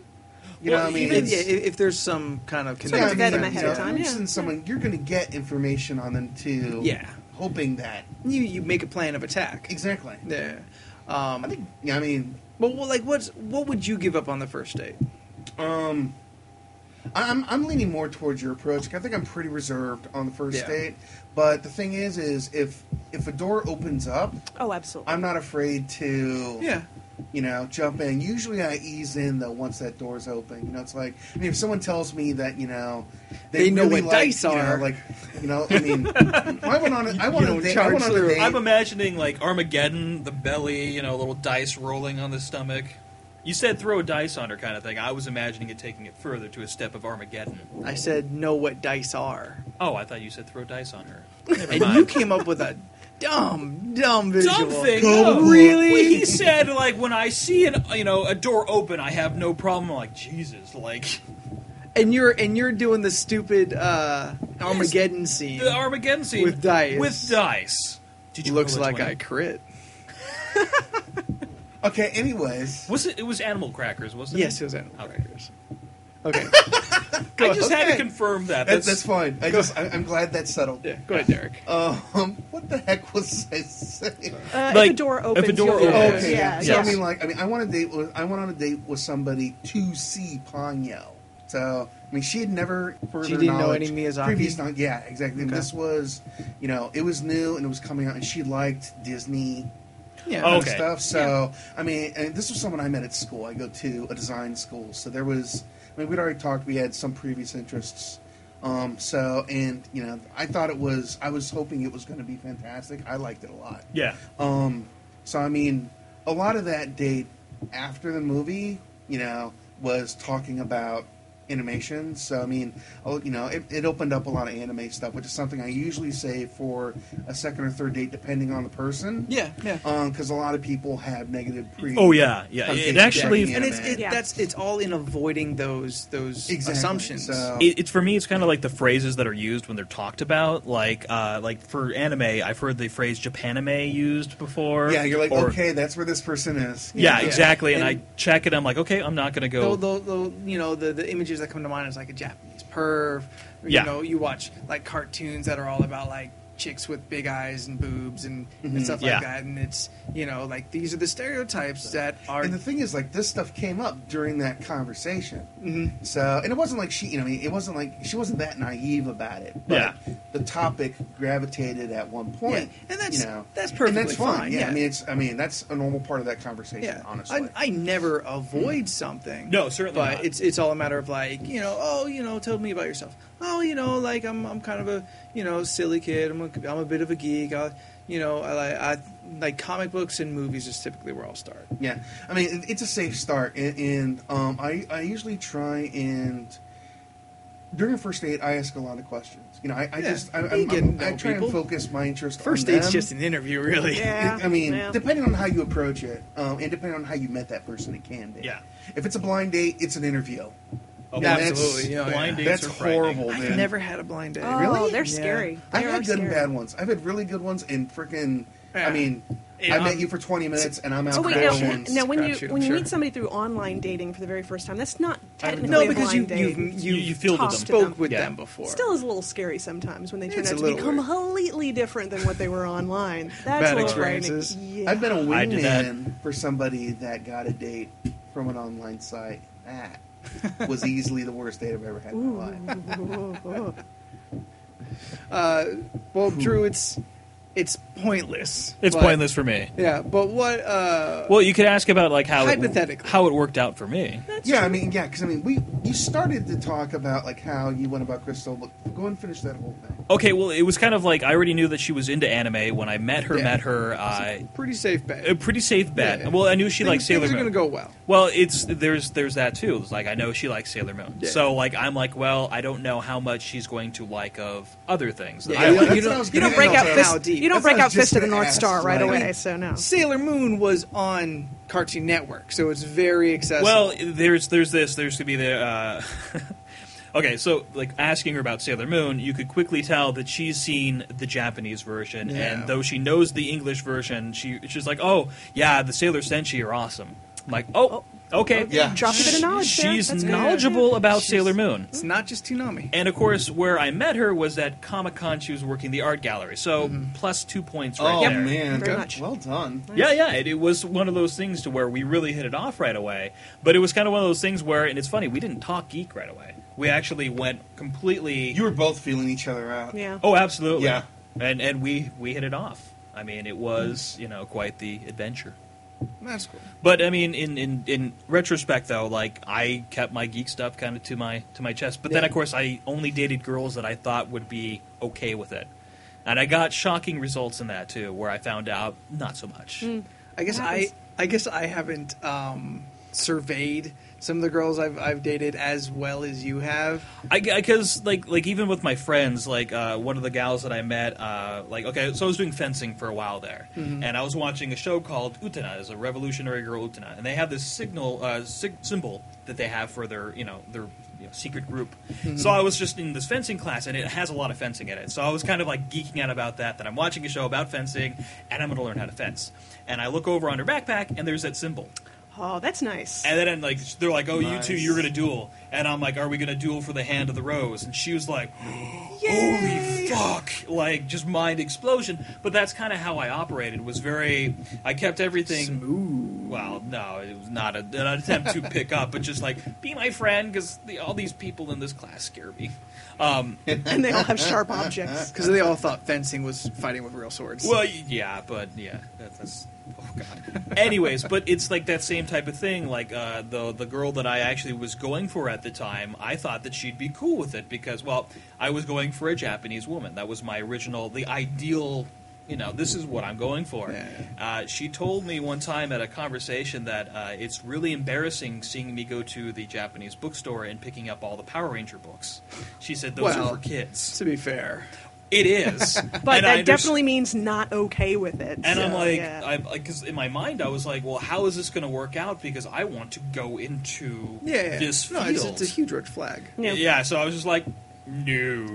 Speaker 5: You
Speaker 4: Well,
Speaker 5: know, what I mean,
Speaker 3: Even
Speaker 5: It's-
Speaker 3: yeah, i- if there's some kind of
Speaker 1: Sort of
Speaker 3: connection.
Speaker 1: vet them
Speaker 5: you
Speaker 1: ahead
Speaker 5: know,
Speaker 1: of time,
Speaker 5: if you're
Speaker 1: yeah.
Speaker 5: interested in someone, you're going to get information on them too.
Speaker 3: Yeah.
Speaker 5: hoping that
Speaker 3: you, you make a plan of attack.
Speaker 5: exactly.
Speaker 3: Yeah. Um,
Speaker 5: I think. Yeah, I mean,
Speaker 3: but well, like, what's what would you give up on the first date?
Speaker 5: Um, I- I'm I'm leaning more towards your approach. I think I'm pretty reserved on the first
Speaker 3: Yeah.
Speaker 5: date. But the thing is, is if if a door opens up,
Speaker 1: Oh, absolutely.
Speaker 5: I'm not afraid to
Speaker 3: Yeah.
Speaker 5: you know jump in. Usually, I ease in though once that door's open. You know, it's like I mean, if someone tells me that you know
Speaker 3: They know
Speaker 5: really
Speaker 3: what
Speaker 5: like,
Speaker 3: dice
Speaker 5: you know,
Speaker 3: are.
Speaker 5: like you know, I mean, I went on. A, I went
Speaker 3: *laughs* You
Speaker 5: on a
Speaker 3: don't
Speaker 5: date. I went
Speaker 3: charge
Speaker 5: on a
Speaker 3: through.
Speaker 5: date.
Speaker 4: I'm imagining like Armageddon, the belly, you know, little dice rolling on the stomach. You said throw a dice on her kind of thing. I was imagining it taking it further to a step of Armageddon.
Speaker 3: I said know what dice are.
Speaker 4: Oh, I thought you said throw dice on her.
Speaker 3: and you came up with a dumb, dumb visual.
Speaker 4: Dumb thing.
Speaker 5: Dumb.
Speaker 4: no.
Speaker 3: Really?
Speaker 4: Well, he said like when I see an you know a door open, I have no problem. I'm like Jesus, like
Speaker 3: And you're and you're doing the stupid uh, Armageddon scene.
Speaker 4: the Armageddon scene
Speaker 3: With dice.
Speaker 4: With dice. Did
Speaker 3: Looks
Speaker 4: roll a
Speaker 3: like
Speaker 4: 20?
Speaker 3: I crit.
Speaker 5: okay. Anyways,
Speaker 4: Was it? It was animal crackers, wasn't
Speaker 3: Yes, it
Speaker 4: it?
Speaker 3: was animal
Speaker 4: Okay.
Speaker 3: crackers. *laughs* Okay,
Speaker 4: I just had to
Speaker 5: Okay.
Speaker 4: confirm that. That's,
Speaker 5: that's, that's fine. I
Speaker 3: Go-
Speaker 5: just I, I'm glad that's settled.
Speaker 3: yeah, go ahead, Derek.
Speaker 5: Um, what the heck was I saying?
Speaker 1: uh,
Speaker 4: like,
Speaker 1: if a door
Speaker 4: if a
Speaker 1: opens, you'll
Speaker 4: door
Speaker 1: be
Speaker 4: opens,
Speaker 1: there.
Speaker 5: Okay.
Speaker 1: yeah,
Speaker 5: So
Speaker 1: yeah.
Speaker 5: I mean, like, I mean, I want to date. With, I went on a date with somebody to see Ponyo. So I mean, she had never. further
Speaker 3: She didn't know
Speaker 5: knowledge-
Speaker 3: any Miyazaki?
Speaker 5: Previous, knowledge- yeah, exactly.
Speaker 3: Okay.
Speaker 5: This was, you know, it was new and it was coming out, and she liked Disney
Speaker 3: Yeah.
Speaker 5: kind
Speaker 4: Oh,
Speaker 5: of
Speaker 4: Okay.
Speaker 5: stuff. So I mean, and this was someone I met at school. I go to a design school, so there was. I mean, we'd already talked. We had some previous interests. Um, so and you know, I thought it was. I was hoping it was going to be fantastic. I liked it a lot.
Speaker 4: Yeah.
Speaker 5: Um, so I mean, a lot of that date after the movie, you know, was talking about animation. So I mean, oh, you know, it, it opened up a lot of anime stuff, which is something I usually say for a second or third date, depending on the person.
Speaker 3: Yeah, yeah.
Speaker 5: Because Um, a lot of people have negative pre.
Speaker 4: Oh, yeah, yeah. It
Speaker 5: connotations
Speaker 4: actually-
Speaker 5: about
Speaker 3: and it's
Speaker 5: anime.
Speaker 3: it,
Speaker 1: Yeah.
Speaker 3: that's it's all in avoiding those those
Speaker 5: Exactly,
Speaker 3: assumptions.
Speaker 5: so-
Speaker 4: It, it's for me. It's kind of like the phrases that are used when they're talked about. Like, uh, like for anime, I've heard the phrase "Japanime" used before.
Speaker 5: yeah, you're like,
Speaker 4: or-
Speaker 5: okay, that's where this person is. You
Speaker 4: Yeah,
Speaker 5: know?
Speaker 4: exactly. And,
Speaker 3: And-
Speaker 4: I check it. I'm like, okay, I'm not gonna go.
Speaker 3: Though, though, though, you know the, the images that come to mind is like a Japanese perv. You
Speaker 4: Yeah.
Speaker 3: know, you watch like cartoons that are all about like chicks with big eyes and boobs and,
Speaker 5: Mm-hmm.
Speaker 3: and stuff
Speaker 4: Yeah.
Speaker 3: like that, and it's you know like these are the stereotypes that are.
Speaker 5: And the thing is, like, this stuff came up during that conversation.
Speaker 3: Mhm.
Speaker 5: So, and it wasn't like she, you know, I mean, it wasn't like she wasn't that naive about it. But
Speaker 4: Yeah.
Speaker 5: The topic gravitated at one point,
Speaker 3: Yeah, and that's-
Speaker 5: you know,
Speaker 3: that's
Speaker 5: and
Speaker 3: perfectly
Speaker 5: that's fine.
Speaker 3: fine,
Speaker 5: Yeah,
Speaker 3: yeah.
Speaker 5: I mean, it's, I mean, that's a normal part of that conversation.
Speaker 3: yeah,
Speaker 5: honestly,
Speaker 3: I, I never avoid something.
Speaker 4: No, certainly
Speaker 3: But
Speaker 4: not.
Speaker 3: it's it's all a matter of like you know oh you know tell me about yourself. Oh you know like I'm I'm kind of a you know silly kid. I'm a, I'm a bit of a geek. I, you know I, like- I like comic books and movies is typically where I'll start.
Speaker 5: Yeah, I mean it- it's a safe start, and, and um, I I usually try and during a first date I ask a lot of questions. You know, I, I
Speaker 3: Yeah,
Speaker 5: just I,
Speaker 3: you
Speaker 5: I'm,
Speaker 3: get
Speaker 5: I'm-
Speaker 3: to
Speaker 5: I
Speaker 3: know
Speaker 5: try
Speaker 3: people.
Speaker 5: and focus my interest.
Speaker 3: First
Speaker 5: on
Speaker 3: date's
Speaker 5: them.
Speaker 3: just an interview, really.
Speaker 1: Yeah.
Speaker 5: I mean,
Speaker 1: yeah.
Speaker 5: depending on how you approach it, um, and depending on how you met that person, it can be.
Speaker 4: Yeah.
Speaker 5: If it's a blind date, it's an interview.
Speaker 4: Oh,
Speaker 3: Yeah,
Speaker 5: that's-
Speaker 3: absolutely. Yeah,
Speaker 4: blind
Speaker 3: yeah.
Speaker 4: dates
Speaker 5: That's
Speaker 4: are frightening.
Speaker 3: *laughs*
Speaker 5: horrible,
Speaker 3: I've
Speaker 5: man.
Speaker 3: never had a blind date.
Speaker 1: Oh,
Speaker 5: Really?
Speaker 1: they're
Speaker 3: Yeah.
Speaker 1: scary.
Speaker 5: I've
Speaker 1: They are
Speaker 5: had good and
Speaker 1: scary.
Speaker 5: bad ones. I've had really good ones, and freaking. I
Speaker 3: Yeah.
Speaker 5: mean,
Speaker 3: Yeah,
Speaker 5: I met
Speaker 3: um,
Speaker 5: you for twenty minutes, and I'm out.
Speaker 1: Oh wait,
Speaker 5: crashing.
Speaker 1: no.
Speaker 3: Crapshoot.
Speaker 1: Now, when you
Speaker 3: Crapshoot, I'm
Speaker 1: when you
Speaker 3: sure.
Speaker 1: meet somebody through online dating for the very first time, that's not
Speaker 5: I don't
Speaker 1: technically
Speaker 5: know.
Speaker 3: No,
Speaker 1: a
Speaker 3: because you
Speaker 1: blind date.
Speaker 3: you've,
Speaker 4: You-
Speaker 3: you've
Speaker 4: you fielded
Speaker 1: them.
Speaker 3: spoke with
Speaker 4: Yeah.
Speaker 3: them before.
Speaker 1: Still is a little scary sometimes when they turn
Speaker 3: It's a
Speaker 1: out to be
Speaker 3: little weird.
Speaker 1: completely different than what they were online. That's
Speaker 3: Bad
Speaker 1: a little frightening.
Speaker 3: experiences.
Speaker 1: Yeah.
Speaker 5: I've been a
Speaker 4: I did that.
Speaker 5: wingman for somebody that got a date from an online site. That was easily the worst date I've ever had in my life.
Speaker 1: Ooh.
Speaker 3: uh, well, Drew, it's it's pointless.
Speaker 4: Hmm. It's
Speaker 3: but-
Speaker 4: pointless for me.
Speaker 3: Yeah, but what? Uh,
Speaker 4: Well, you could ask about like how it,
Speaker 3: Hypothetically.
Speaker 4: how it worked out for me.
Speaker 5: yeah, I mean, yeah, because I mean, we you started to talk about like how you went about Crystal, but go and finish that whole thing.
Speaker 4: Okay, well, it was kind of like I already knew that she was into anime when I met her.
Speaker 3: Yeah.
Speaker 4: Met her, uh,
Speaker 3: pretty safe bet.
Speaker 4: a pretty safe bet.
Speaker 3: Yeah.
Speaker 4: Well, I knew she
Speaker 3: things,
Speaker 4: liked Sailor
Speaker 3: things are
Speaker 4: Moon.
Speaker 3: going to go well.
Speaker 4: Well, it's there's there's that too. It's like I know she likes Sailor Moon,
Speaker 3: Yeah.
Speaker 4: so like I'm like, well, I don't know how much she's going to like of other things. that
Speaker 3: Yeah,
Speaker 4: I
Speaker 3: yeah,
Speaker 4: like.
Speaker 5: that's
Speaker 3: you
Speaker 5: what I
Speaker 3: don't-
Speaker 1: *laughs*
Speaker 5: was
Speaker 1: You
Speaker 5: gonna
Speaker 1: don't break
Speaker 5: ask
Speaker 1: out
Speaker 5: about.
Speaker 1: fist. You don't
Speaker 5: That's
Speaker 1: break
Speaker 5: what I
Speaker 1: out
Speaker 5: was just
Speaker 1: fist of the
Speaker 5: gonna
Speaker 1: North
Speaker 5: ask,
Speaker 1: Star right
Speaker 5: like-
Speaker 1: away. So no.
Speaker 3: Sailor Moon was on Cartoon Network, so it's very accessible.
Speaker 4: Well, there's there's this there's to be the. Uh, *laughs* okay, so like asking her about Sailor Moon, you could quickly tell that she's seen the Japanese version,
Speaker 3: Yeah.
Speaker 4: and though she knows the English version, she she's like, oh yeah, the Sailor Senshi are awesome. I'm like, oh, okay,
Speaker 5: Yeah.
Speaker 1: Dropped a bit of knowledge there.
Speaker 4: She's
Speaker 1: That's good.
Speaker 4: knowledgeable about
Speaker 3: She's-
Speaker 4: Sailor Moon.
Speaker 3: it's not just Toonami.
Speaker 4: And of course, where I met her was at Comic Con. She was working the art gallery, so plus two points right
Speaker 5: Oh
Speaker 4: there.
Speaker 5: man,
Speaker 1: Very much.
Speaker 5: well done.
Speaker 4: Yeah, yeah. It, it was one of those things to where we really hit it off right away. But it was kind of one of those things where, and it's funny, we didn't talk geek right away. We actually went completely.
Speaker 5: You were both feeling each other out.
Speaker 1: Yeah.
Speaker 4: oh, absolutely.
Speaker 5: Yeah.
Speaker 4: And and we we hit it off. I mean, it was you know quite the adventure.
Speaker 3: That's cool.
Speaker 4: But I mean, in, in, in retrospect, though, like I kept my geek stuff kind of to my to my chest. But then, of course, I only dated girls that I thought would be okay with it, and I got shocking results in that too, where I found out not so much.
Speaker 1: Mm.
Speaker 3: I guess
Speaker 1: What
Speaker 3: I
Speaker 1: happens-
Speaker 3: I guess I haven't um, surveyed some of the girls I've I've dated as well as you have.
Speaker 4: I because like like even with my friends, like uh, one of the gals that I met, uh, like okay, so I was doing fencing for a while there, and I was watching a show called Utana, is a revolutionary girl Utana, and they have this signal uh, sig- symbol that they have for their you know their you know, secret group. So I was just in this fencing class, and it has a lot of fencing in it. So I was kind of like geeking out about that. That I'm watching a show about fencing, and I'm going to learn how to fence. And I look over on her backpack, and there's that symbol.
Speaker 1: Oh, that's nice.
Speaker 4: And then I'm like they're like, "Oh, you two,
Speaker 5: Nice.
Speaker 4: you're gonna duel," and I'm like, "Are we gonna duel for the hand of the rose?" And she was like, "Holy fuck!" Like just mind explosion. But that's kind of how I operated. Was very, I kept everything. Well, no, it was not a, an attempt to pick up, but just like be my friend because the, all these people in this class scare me. Um,
Speaker 1: *laughs* And they all have sharp objects.
Speaker 3: Because they all thought fencing was fighting with real swords.
Speaker 4: well, yeah, but yeah, that's, that's Anyways, but it's like that same type of thing. Like uh, the the girl that I actually was going for at the time, I thought that she'd be cool with it because, well, I was going for a Japanese woman. That was my original, the ideal. You know, this is what I'm going for.
Speaker 3: Yeah.
Speaker 4: Uh, she told me one time at a conversation that uh, it's really embarrassing seeing me go to the Japanese bookstore and picking up all the Power Ranger books. She said those
Speaker 3: Well,
Speaker 4: are for kids.
Speaker 3: To be fair,
Speaker 4: It
Speaker 3: *laughs*
Speaker 4: is,
Speaker 1: But
Speaker 4: And I
Speaker 1: that
Speaker 4: underst-
Speaker 1: definitely means not okay with it.
Speaker 4: and I'm
Speaker 1: so,
Speaker 4: like,
Speaker 1: yeah.
Speaker 4: I'm like, because in my mind I was like, well, how is this going to work out? Because I want to go into
Speaker 3: yeah, yeah.
Speaker 4: this
Speaker 3: no,
Speaker 4: field.
Speaker 3: it's, it's a huge red flag.
Speaker 1: No.
Speaker 4: Yeah, so I was just like, no, you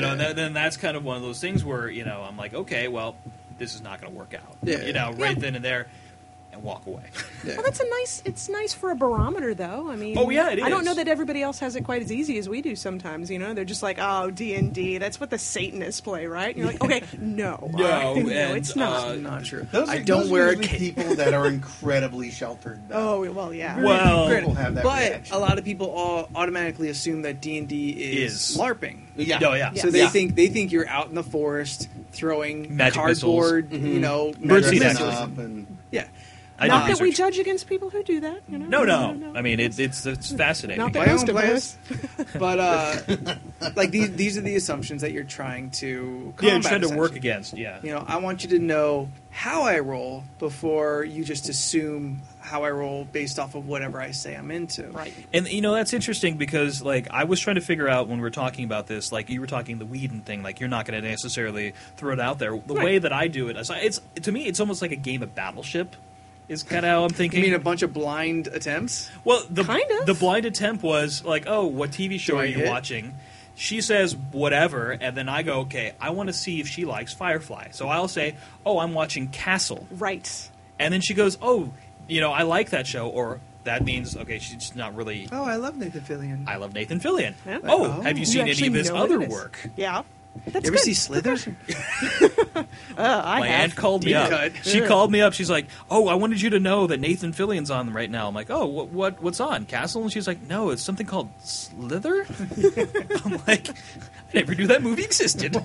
Speaker 4: know.
Speaker 3: Yeah.
Speaker 4: And that, then that's kind of one of those things where you know I'm like, okay, well, this is not going to work out.
Speaker 3: Yeah.
Speaker 4: you know, right
Speaker 1: Yeah.
Speaker 4: then and there, and walk away.
Speaker 1: *laughs*
Speaker 3: Yeah.
Speaker 1: Well, that's a nice. It's nice for a barometer, though. I mean,
Speaker 4: Oh, yeah, it
Speaker 1: I don't
Speaker 4: is.
Speaker 1: know that everybody else has it quite as easy as we do. Sometimes, you know, they're just like, "Oh, D and D. That's what the Satanists play, right?" And you're like,
Speaker 4: *laughs*
Speaker 1: "Okay, no,
Speaker 4: No,
Speaker 1: all right, *laughs* no,
Speaker 4: and,
Speaker 1: it's not."
Speaker 4: Uh,
Speaker 3: not true.
Speaker 5: Those are,
Speaker 3: I don't
Speaker 5: those
Speaker 3: wear
Speaker 5: are
Speaker 3: a
Speaker 5: usually
Speaker 3: cape.
Speaker 5: people that are incredibly sheltered. Though.
Speaker 1: oh, well, yeah.
Speaker 4: Well-
Speaker 5: people have that
Speaker 3: but
Speaker 5: reaction.
Speaker 3: a lot of people all automatically assume that D and D is
Speaker 4: Is.
Speaker 3: LARPing.
Speaker 5: yeah,
Speaker 4: No, yeah.
Speaker 3: So they
Speaker 4: Yeah.
Speaker 3: think they think you're out in the forest throwing
Speaker 4: Magic
Speaker 3: cardboard,
Speaker 5: Mm-hmm.
Speaker 4: Mm-hmm.
Speaker 3: you know,
Speaker 4: Birdseed
Speaker 3: magic
Speaker 5: Dressing
Speaker 4: actually.
Speaker 5: up and
Speaker 3: Yeah.
Speaker 4: I did
Speaker 1: not that we
Speaker 4: research.
Speaker 1: judge against people who do that. You know?
Speaker 4: No, no. I mean, it, it's it's fascinating.
Speaker 1: Not that-
Speaker 3: My own
Speaker 1: Most of
Speaker 4: *laughs*
Speaker 3: place. but uh, like these these are the assumptions that you're trying to combat,
Speaker 4: yeah, you're trying to work
Speaker 3: essentially.
Speaker 4: against. Yeah.
Speaker 3: You know, I want you to know how I roll before you just assume how I roll based off of whatever I say I'm into.
Speaker 1: right.
Speaker 4: And you know that's interesting because like I was trying to figure out when we were talking about this, like you were talking the Whedon thing, like you're not going to necessarily throw it out there. The
Speaker 1: Right.
Speaker 4: way that I do it is, it's to me, it's almost like a game of Battleship. Is kind of how I'm thinking.
Speaker 3: You mean a bunch of blind attempts?
Speaker 4: Well, the
Speaker 1: Kind of.
Speaker 4: the blind attempt was like, oh, what TV show
Speaker 3: Do I
Speaker 4: are you
Speaker 3: hit?
Speaker 4: watching? She says whatever, and then I go, okay, I want to see if she likes Firefly. So I'll say, oh, I'm watching Castle,
Speaker 1: Right.
Speaker 4: and then she goes, oh, you know, I like that show, or that means okay, she's not really.
Speaker 3: Oh, I love Nathan Fillion.
Speaker 4: I love Nathan Fillion.
Speaker 1: Yeah.
Speaker 4: Oh,
Speaker 3: Oh.
Speaker 4: have you
Speaker 3: You
Speaker 4: seen any
Speaker 1: actually
Speaker 4: of his
Speaker 1: know what
Speaker 4: other
Speaker 1: it is.
Speaker 4: work?
Speaker 1: Yeah. That's
Speaker 3: you ever
Speaker 1: good.
Speaker 3: see Slither?
Speaker 1: Uh, I
Speaker 4: My
Speaker 1: have.
Speaker 4: aunt called me
Speaker 3: Deep
Speaker 4: up.
Speaker 3: cut.
Speaker 4: She
Speaker 3: Yeah.
Speaker 4: called me up. She's like, "Oh, I wanted you to know that Nathan Fillion's on right now." I'm like, "Oh, what, what what's on Castle?" And she's like, "No, it's something called
Speaker 3: *laughs*
Speaker 4: Slither." I'm like, "I never knew that movie existed." *laughs*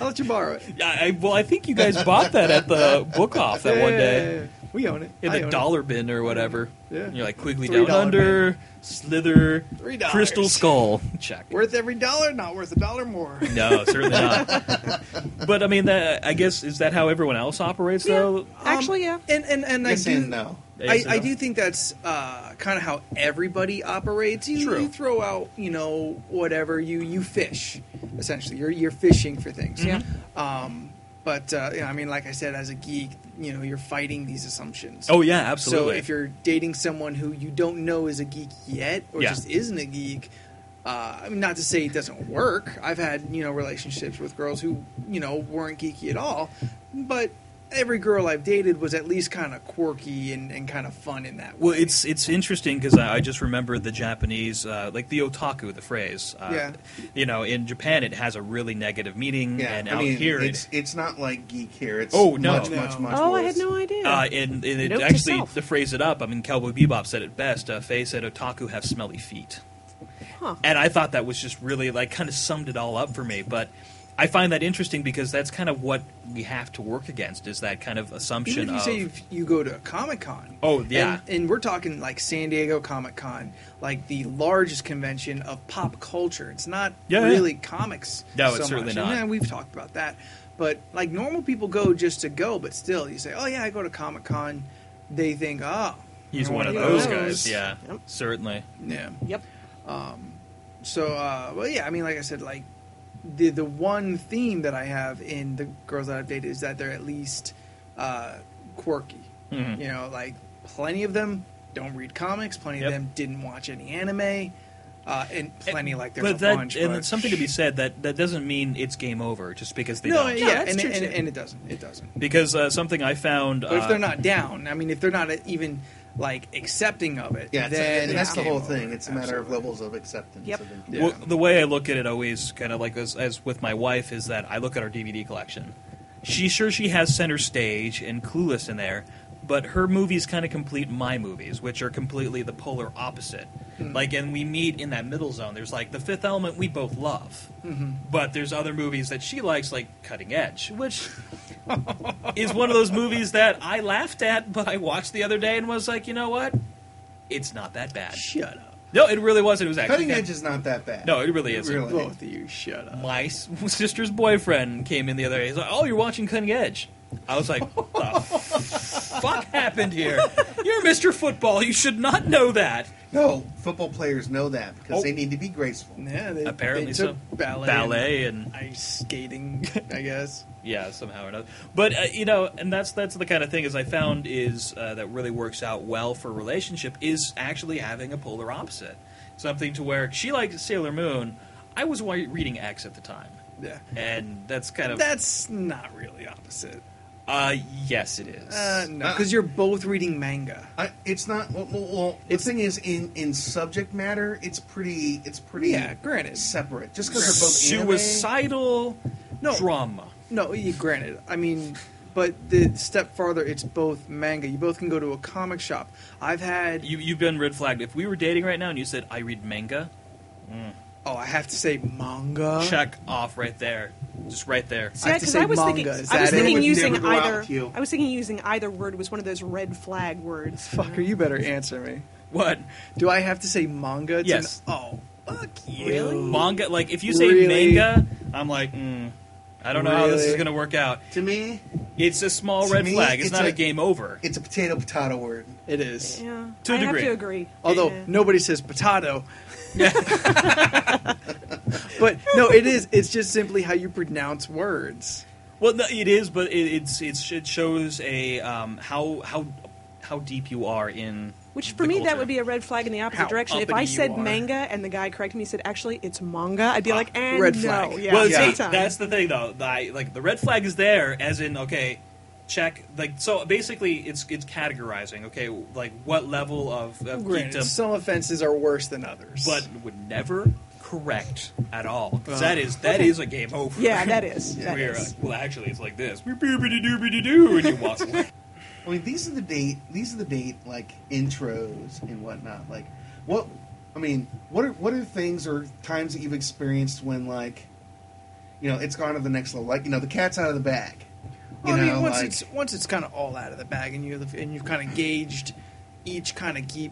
Speaker 3: I'll let you borrow it.
Speaker 4: I, I, well, I think you guys bought that at the book off that one day
Speaker 3: Yeah, we own it.
Speaker 4: in
Speaker 3: I
Speaker 4: the
Speaker 3: own
Speaker 4: dollar bin or whatever.
Speaker 3: Yeah.
Speaker 4: And you're like Quigley
Speaker 5: Three
Speaker 4: Down
Speaker 5: dollar
Speaker 4: Under, Slither,
Speaker 3: Three dollars.
Speaker 4: Crystal Skull. Check.
Speaker 3: It. Worth every dollar, not worth a dollar more.
Speaker 4: No, certainly not.
Speaker 3: *laughs*
Speaker 4: but I mean, that, I guess is that how everyone else operates,
Speaker 1: Yeah.
Speaker 4: though.
Speaker 1: Actually, yeah.
Speaker 3: And and and
Speaker 5: yes
Speaker 3: I do
Speaker 5: and no.
Speaker 3: I, I do think that's uh, kind of how everybody operates. You,
Speaker 4: True.
Speaker 3: you throw out, you know, whatever you you fish. Essentially, you're you're fishing for things.
Speaker 4: Yeah.
Speaker 5: Mm-hmm.
Speaker 3: Um, but uh, you know, I mean, like I said, as a geek, you know, you're fighting these assumptions.
Speaker 4: Oh yeah,
Speaker 3: so
Speaker 4: absolutely.
Speaker 3: if you're dating someone who you don't know is a geek yet, or
Speaker 4: Yeah.
Speaker 3: just isn't a geek, uh, I mean, not to say it doesn't work. I've had you know relationships with girls who you know weren't geeky at all, but every girl I've dated was at least kind of quirky and, and kind of fun in that. Way.
Speaker 4: Well, it's it's interesting because I, I just remember the Japanese, uh, like the otaku, the phrase. Uh,
Speaker 3: Yeah.
Speaker 4: You know, in Japan, it has a really negative meaning,
Speaker 5: Yeah,
Speaker 4: and
Speaker 5: I
Speaker 4: out
Speaker 5: mean,
Speaker 4: here,
Speaker 5: it's
Speaker 4: it, uh,
Speaker 5: it's not like geek here. It's
Speaker 4: Oh, no.
Speaker 5: much,
Speaker 3: No.
Speaker 5: much, much.
Speaker 1: Oh, I
Speaker 5: worse.
Speaker 1: had no idea.
Speaker 4: uh, and, and it
Speaker 1: Note to
Speaker 4: actually
Speaker 1: self.
Speaker 4: to phrase it up. I mean, Cowboy Bebop said it best. Uh, Faye said, "Otaku have smelly feet,"
Speaker 1: huh.
Speaker 4: and I thought that was just really like kind of summed it all up for me. But I find that interesting because that's kind of what we have to work against is that kind of assumption
Speaker 3: Even if you
Speaker 4: of
Speaker 3: say you've, you go to a Comic Con.
Speaker 4: Oh, yeah.
Speaker 3: and, and we're talking like San Diego Comic Con, like the largest convention of pop culture. It's not
Speaker 4: Yeah, yeah.
Speaker 3: really comics.
Speaker 4: No,
Speaker 3: so
Speaker 4: it's certainly
Speaker 3: much.
Speaker 4: not.
Speaker 3: And, yeah, we've talked about that, but like normal people go just to go, but still, you say, "Oh yeah, I go to Comic Con." They think, "Oh,
Speaker 4: he's
Speaker 3: you're
Speaker 4: one of
Speaker 1: Yeah.
Speaker 4: those
Speaker 1: Those.
Speaker 4: guys. Yeah,
Speaker 1: Yep.
Speaker 4: certainly.
Speaker 3: Yeah.
Speaker 1: Yep.
Speaker 3: Um, So, uh, well, yeah. I mean, like I said, like the the one theme that I have in the girls that I've dated is that they're at least uh, quirky.
Speaker 4: Mhm.
Speaker 3: You know, like plenty of them don't read comics. Plenty
Speaker 4: Yep.
Speaker 3: of them didn't watch any anime, uh, and plenty like there's
Speaker 4: but
Speaker 3: a
Speaker 4: that
Speaker 3: bunch.
Speaker 4: and
Speaker 3: but-
Speaker 4: it's something to be said that that doesn't mean it's game over just because they
Speaker 3: no,
Speaker 4: don't.
Speaker 3: yeah,
Speaker 1: that's
Speaker 3: and,
Speaker 1: true,
Speaker 3: it, and,
Speaker 1: too.
Speaker 3: and it doesn't. It doesn't.
Speaker 4: Because uh, something I found,
Speaker 3: But
Speaker 4: uh,
Speaker 3: if they're not down, I mean, if they're not even like accepting of it,
Speaker 5: Yeah, it's-
Speaker 3: then
Speaker 5: and that's
Speaker 3: it's
Speaker 5: the
Speaker 3: game
Speaker 5: whole
Speaker 3: over.
Speaker 5: thing. It's a matter of
Speaker 3: Absolutely.
Speaker 5: levels of acceptance.
Speaker 1: Yep.
Speaker 5: Of it.
Speaker 3: Yeah.
Speaker 4: well, the way I look at it, always kind of like as, as with my wife, is that I look at our DVD collection. She sure she has Center Stage and Clueless in there, but her movies kind of complete my movies, which are completely the polar opposite.
Speaker 3: Hmm.
Speaker 4: Like, and we meet in that middle zone. There's like the Fifth
Speaker 3: Mm-hmm. *laughs*
Speaker 4: Element we both love, but there's other movies that she likes, like Cutting Edge, which is one of those movies that I laughed at, but I watched the other day and was like, you know what? It's not that bad.
Speaker 3: Shut up.
Speaker 4: No, it really wasn't. It was actually
Speaker 5: Cutting Edge is not that bad.
Speaker 4: No, it really isn't.
Speaker 5: Really.
Speaker 3: Both of you, shut up.
Speaker 4: My s- sister's boyfriend came in the other day. He's like, "Oh, you're watching Cutting Edge." I was like, "What the
Speaker 3: *laughs*
Speaker 4: fuck happened here? You're Mr. Football. You should not know that."
Speaker 5: No, football players know that because
Speaker 4: Oh.
Speaker 5: they need to be graceful.
Speaker 3: Yeah, they,
Speaker 4: Apparently
Speaker 3: they took
Speaker 4: so.
Speaker 3: ballet,
Speaker 4: Ballet and-
Speaker 3: and ice skating, *laughs* I guess.
Speaker 4: yeah somehow or another but uh, you know and that's that's the kind of thing as i found is uh, that really works out well for a relationship is actually having a polar opposite something to where she liked sailor moon i was wi- reading x at the time
Speaker 3: Yeah,
Speaker 4: and that's kind of
Speaker 3: that's not really opposite.
Speaker 4: uh yes it is
Speaker 3: Uh, no, because you're both reading manga.
Speaker 5: I, it's not. Well, well, well the
Speaker 3: It's-
Speaker 5: thing is, in in subject matter, it's pretty. It's pretty.
Speaker 3: Yeah, granted.
Speaker 5: Separate, just because they're both anime.
Speaker 4: suicidal
Speaker 3: No.
Speaker 4: drama
Speaker 3: No, you, granted. I mean, but the step farther, it's both manga. You both can go to a comic shop. I've had.
Speaker 4: you, you've been red flagged if we were dating right now and you said i read manga
Speaker 3: Oh, I have to say manga.
Speaker 4: check off right there just right there *laughs*
Speaker 3: I
Speaker 1: Yeah,
Speaker 3: have to
Speaker 1: because
Speaker 3: say
Speaker 1: I was
Speaker 3: manga.
Speaker 1: thinking,
Speaker 3: Is
Speaker 1: I was
Speaker 3: that it?
Speaker 1: thinking
Speaker 5: Would
Speaker 1: using
Speaker 5: never go out
Speaker 1: either.
Speaker 5: with you.
Speaker 1: I was thinking using either word was one of those red flag words.
Speaker 3: Fucker, you better answer me.
Speaker 4: what
Speaker 3: Do I have to say manga? To
Speaker 4: Yes.
Speaker 3: kn- oh, fuck you.
Speaker 4: manga like if you say
Speaker 3: Really?
Speaker 4: manga i'm like mm, i don't know how this is
Speaker 3: Really?
Speaker 4: going to work out
Speaker 5: To me,
Speaker 4: it's a small
Speaker 5: To
Speaker 4: red
Speaker 5: me,
Speaker 4: flag it's,
Speaker 5: it's
Speaker 4: not a,
Speaker 5: a-
Speaker 4: game
Speaker 5: *laughs*
Speaker 4: over *laughs*
Speaker 5: it's a potato potato word.
Speaker 3: It is.
Speaker 1: Yeah,
Speaker 4: To a
Speaker 1: I have
Speaker 4: degree.
Speaker 1: to agree.
Speaker 3: Although
Speaker 1: Yeah.
Speaker 3: nobody says potato. but no, it is. It's just simply how you pronounce words.
Speaker 4: well no, it is but it, it's, it's it shows a um, how how how deep you are in
Speaker 1: Which for
Speaker 4: the
Speaker 1: me
Speaker 4: culture.
Speaker 1: that would be a red flag in the opposite
Speaker 3: How
Speaker 1: direction. If
Speaker 3: uppity
Speaker 1: I
Speaker 3: you
Speaker 1: said
Speaker 3: are. Ah,
Speaker 1: manga and the guy corrected me and said actually it's manga, I'd be like, and
Speaker 3: red
Speaker 1: no,
Speaker 3: flag.
Speaker 1: yeah,
Speaker 4: well,
Speaker 1: big
Speaker 4: see,
Speaker 1: time.
Speaker 4: that's the thing though. The- I- like the red flag is there, as in okay, check. Like so, basically, it's it's categorizing. Okay, like what level of, of
Speaker 3: Granted,
Speaker 4: geekdom-
Speaker 3: some offenses are worse than others.
Speaker 4: but would never correct at all. 'Cause
Speaker 3: Uh,
Speaker 4: that is that is a game over.
Speaker 1: yeah, that
Speaker 4: *laughs*
Speaker 1: is.
Speaker 5: Yeah.
Speaker 1: That
Speaker 4: Where, uh,
Speaker 1: is.
Speaker 4: well, actually, it's like this. Boop-boop-a-doo-boop-a-doo, And you walk
Speaker 3: *laughs*
Speaker 4: away.
Speaker 5: I mean, these are the date. These are the date like intros and whatnot. Like, what? I mean, what are what are things or times that you've experienced when like, you know, it's gone to the next level? Like, you know, the cat's out of the bag. You
Speaker 3: Well, I
Speaker 5: know,
Speaker 3: mean, once
Speaker 5: like,
Speaker 3: it's once it's kind of all out of the bag, and you and you've kind of gauged each kind of geek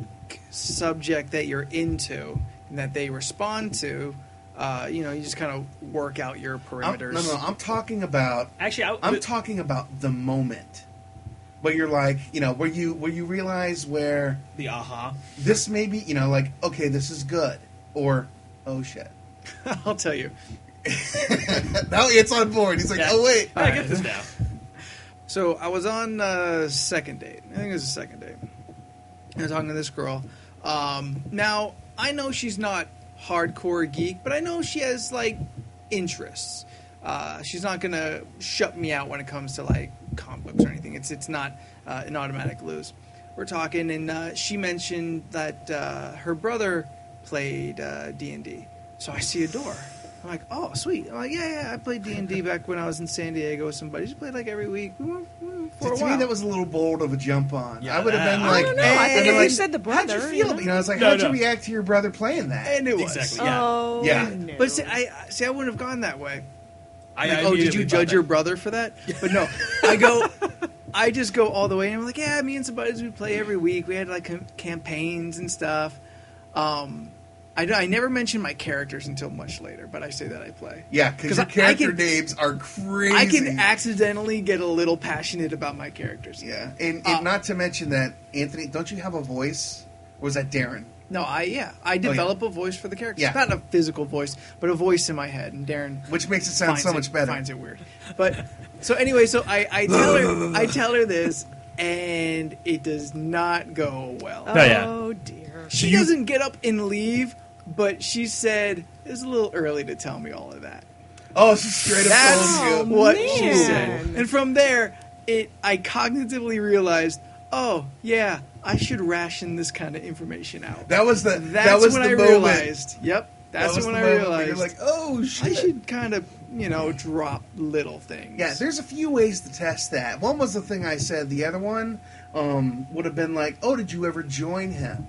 Speaker 3: subject that you're into and that they respond to. Uh, you know, you just kind of work out your
Speaker 5: I'm,
Speaker 3: perimeters.
Speaker 5: no, no, I'm talking about
Speaker 4: Actually, I,
Speaker 5: I'm talking about the moment. But you're like, you know, where you where you realize where
Speaker 4: the aha.
Speaker 5: this may be, you know, like, okay, this is good, or oh shit,
Speaker 3: *laughs*
Speaker 5: *laughs*
Speaker 3: I'll tell you.
Speaker 5: now it's on board. He's like,
Speaker 4: Yeah.
Speaker 5: oh wait,
Speaker 4: I get this now.
Speaker 3: So I was on uh, second date. I think it was a second date. And I was talking to this girl. Um, now I know she's not hardcore geek, but I know she has like interests. Uh, she's not gonna shut me out when it comes to like comic books or anything. It's it's not uh, an automatic lose. We're talking, and uh, she mentioned that uh, her brother played uh, D and D. So I see a door. I'm like, oh, sweet. I'm like, yeah, yeah. I played D and D back when I was in San Diego with somebody. She played like every week. We went- we went
Speaker 5: To,
Speaker 3: For a
Speaker 5: to
Speaker 3: while.
Speaker 5: me, that was a little bold of a jump on.
Speaker 4: Yeah,
Speaker 5: I would have
Speaker 4: that-
Speaker 5: been
Speaker 4: I
Speaker 5: like,
Speaker 1: don't know. I
Speaker 5: eh,
Speaker 1: think if
Speaker 5: like,
Speaker 1: you said the brother,
Speaker 5: how'd you
Speaker 1: you
Speaker 5: feel?
Speaker 1: know?
Speaker 5: You know, I was like,
Speaker 4: No,
Speaker 5: how'd
Speaker 4: no.
Speaker 5: you react to your brother playing that?
Speaker 3: and it was.
Speaker 4: Exactly. Yeah.
Speaker 1: Oh,
Speaker 5: Yeah.
Speaker 1: no.
Speaker 3: But see, I I- see, I wouldn't have gone that way.
Speaker 4: I,
Speaker 3: Like,
Speaker 4: I
Speaker 3: oh, did
Speaker 4: immediately
Speaker 3: you
Speaker 4: thought
Speaker 3: judge
Speaker 4: that.
Speaker 3: your brother for that? But no, I
Speaker 5: *laughs*
Speaker 3: go, I just go all the way, and I'm like, yeah, me and some buddies we play every week. We had like com- campaigns and stuff. Um, I, I never mentioned my characters until much later, but I say that I play.
Speaker 5: yeah,
Speaker 3: *laughs*
Speaker 5: because
Speaker 3: 'Cause
Speaker 5: your
Speaker 3: I- I
Speaker 5: character
Speaker 3: can-
Speaker 5: names are crazy.
Speaker 3: I can accidentally get a little passionate about my characters.
Speaker 5: Yeah, and, and
Speaker 3: Uh,
Speaker 5: not to mention that Anthony, don't you have a voice? Or was that Darren?
Speaker 3: No, I yeah, I
Speaker 5: Oh, yeah.
Speaker 3: develop a voice for the characters.
Speaker 5: Yeah.
Speaker 3: Not a physical voice, but a voice in my head. And Darren
Speaker 5: Which makes it sound
Speaker 3: finds
Speaker 5: so
Speaker 3: it-
Speaker 5: much better.
Speaker 3: Finds it weird. But so anyway, so I, I tell her
Speaker 5: *laughs*
Speaker 3: I tell her this, and it does not go well.
Speaker 4: Oh, yeah.
Speaker 1: Oh, dear.
Speaker 3: she doesn't get up and leave, but she said it's a little early to tell me all of that.
Speaker 5: Oh, she straight up
Speaker 3: That's
Speaker 5: told you.
Speaker 3: what she
Speaker 1: man.
Speaker 3: said, and from there, it I cognitively realized, oh yeah, I should ration this kind of information out.
Speaker 5: That was the
Speaker 3: That's
Speaker 5: that was
Speaker 3: when
Speaker 5: the
Speaker 3: I
Speaker 5: moment.
Speaker 3: realized. Yep,
Speaker 5: That
Speaker 3: that's
Speaker 5: was
Speaker 3: when
Speaker 5: the
Speaker 3: I
Speaker 5: moment where
Speaker 3: realized.
Speaker 5: You're like, oh shit.
Speaker 3: I should kind of, you know, drop little things.
Speaker 5: Yeah, there's a few ways to test that. One was the thing I said. The other one um, would have been like, oh, did you ever join him?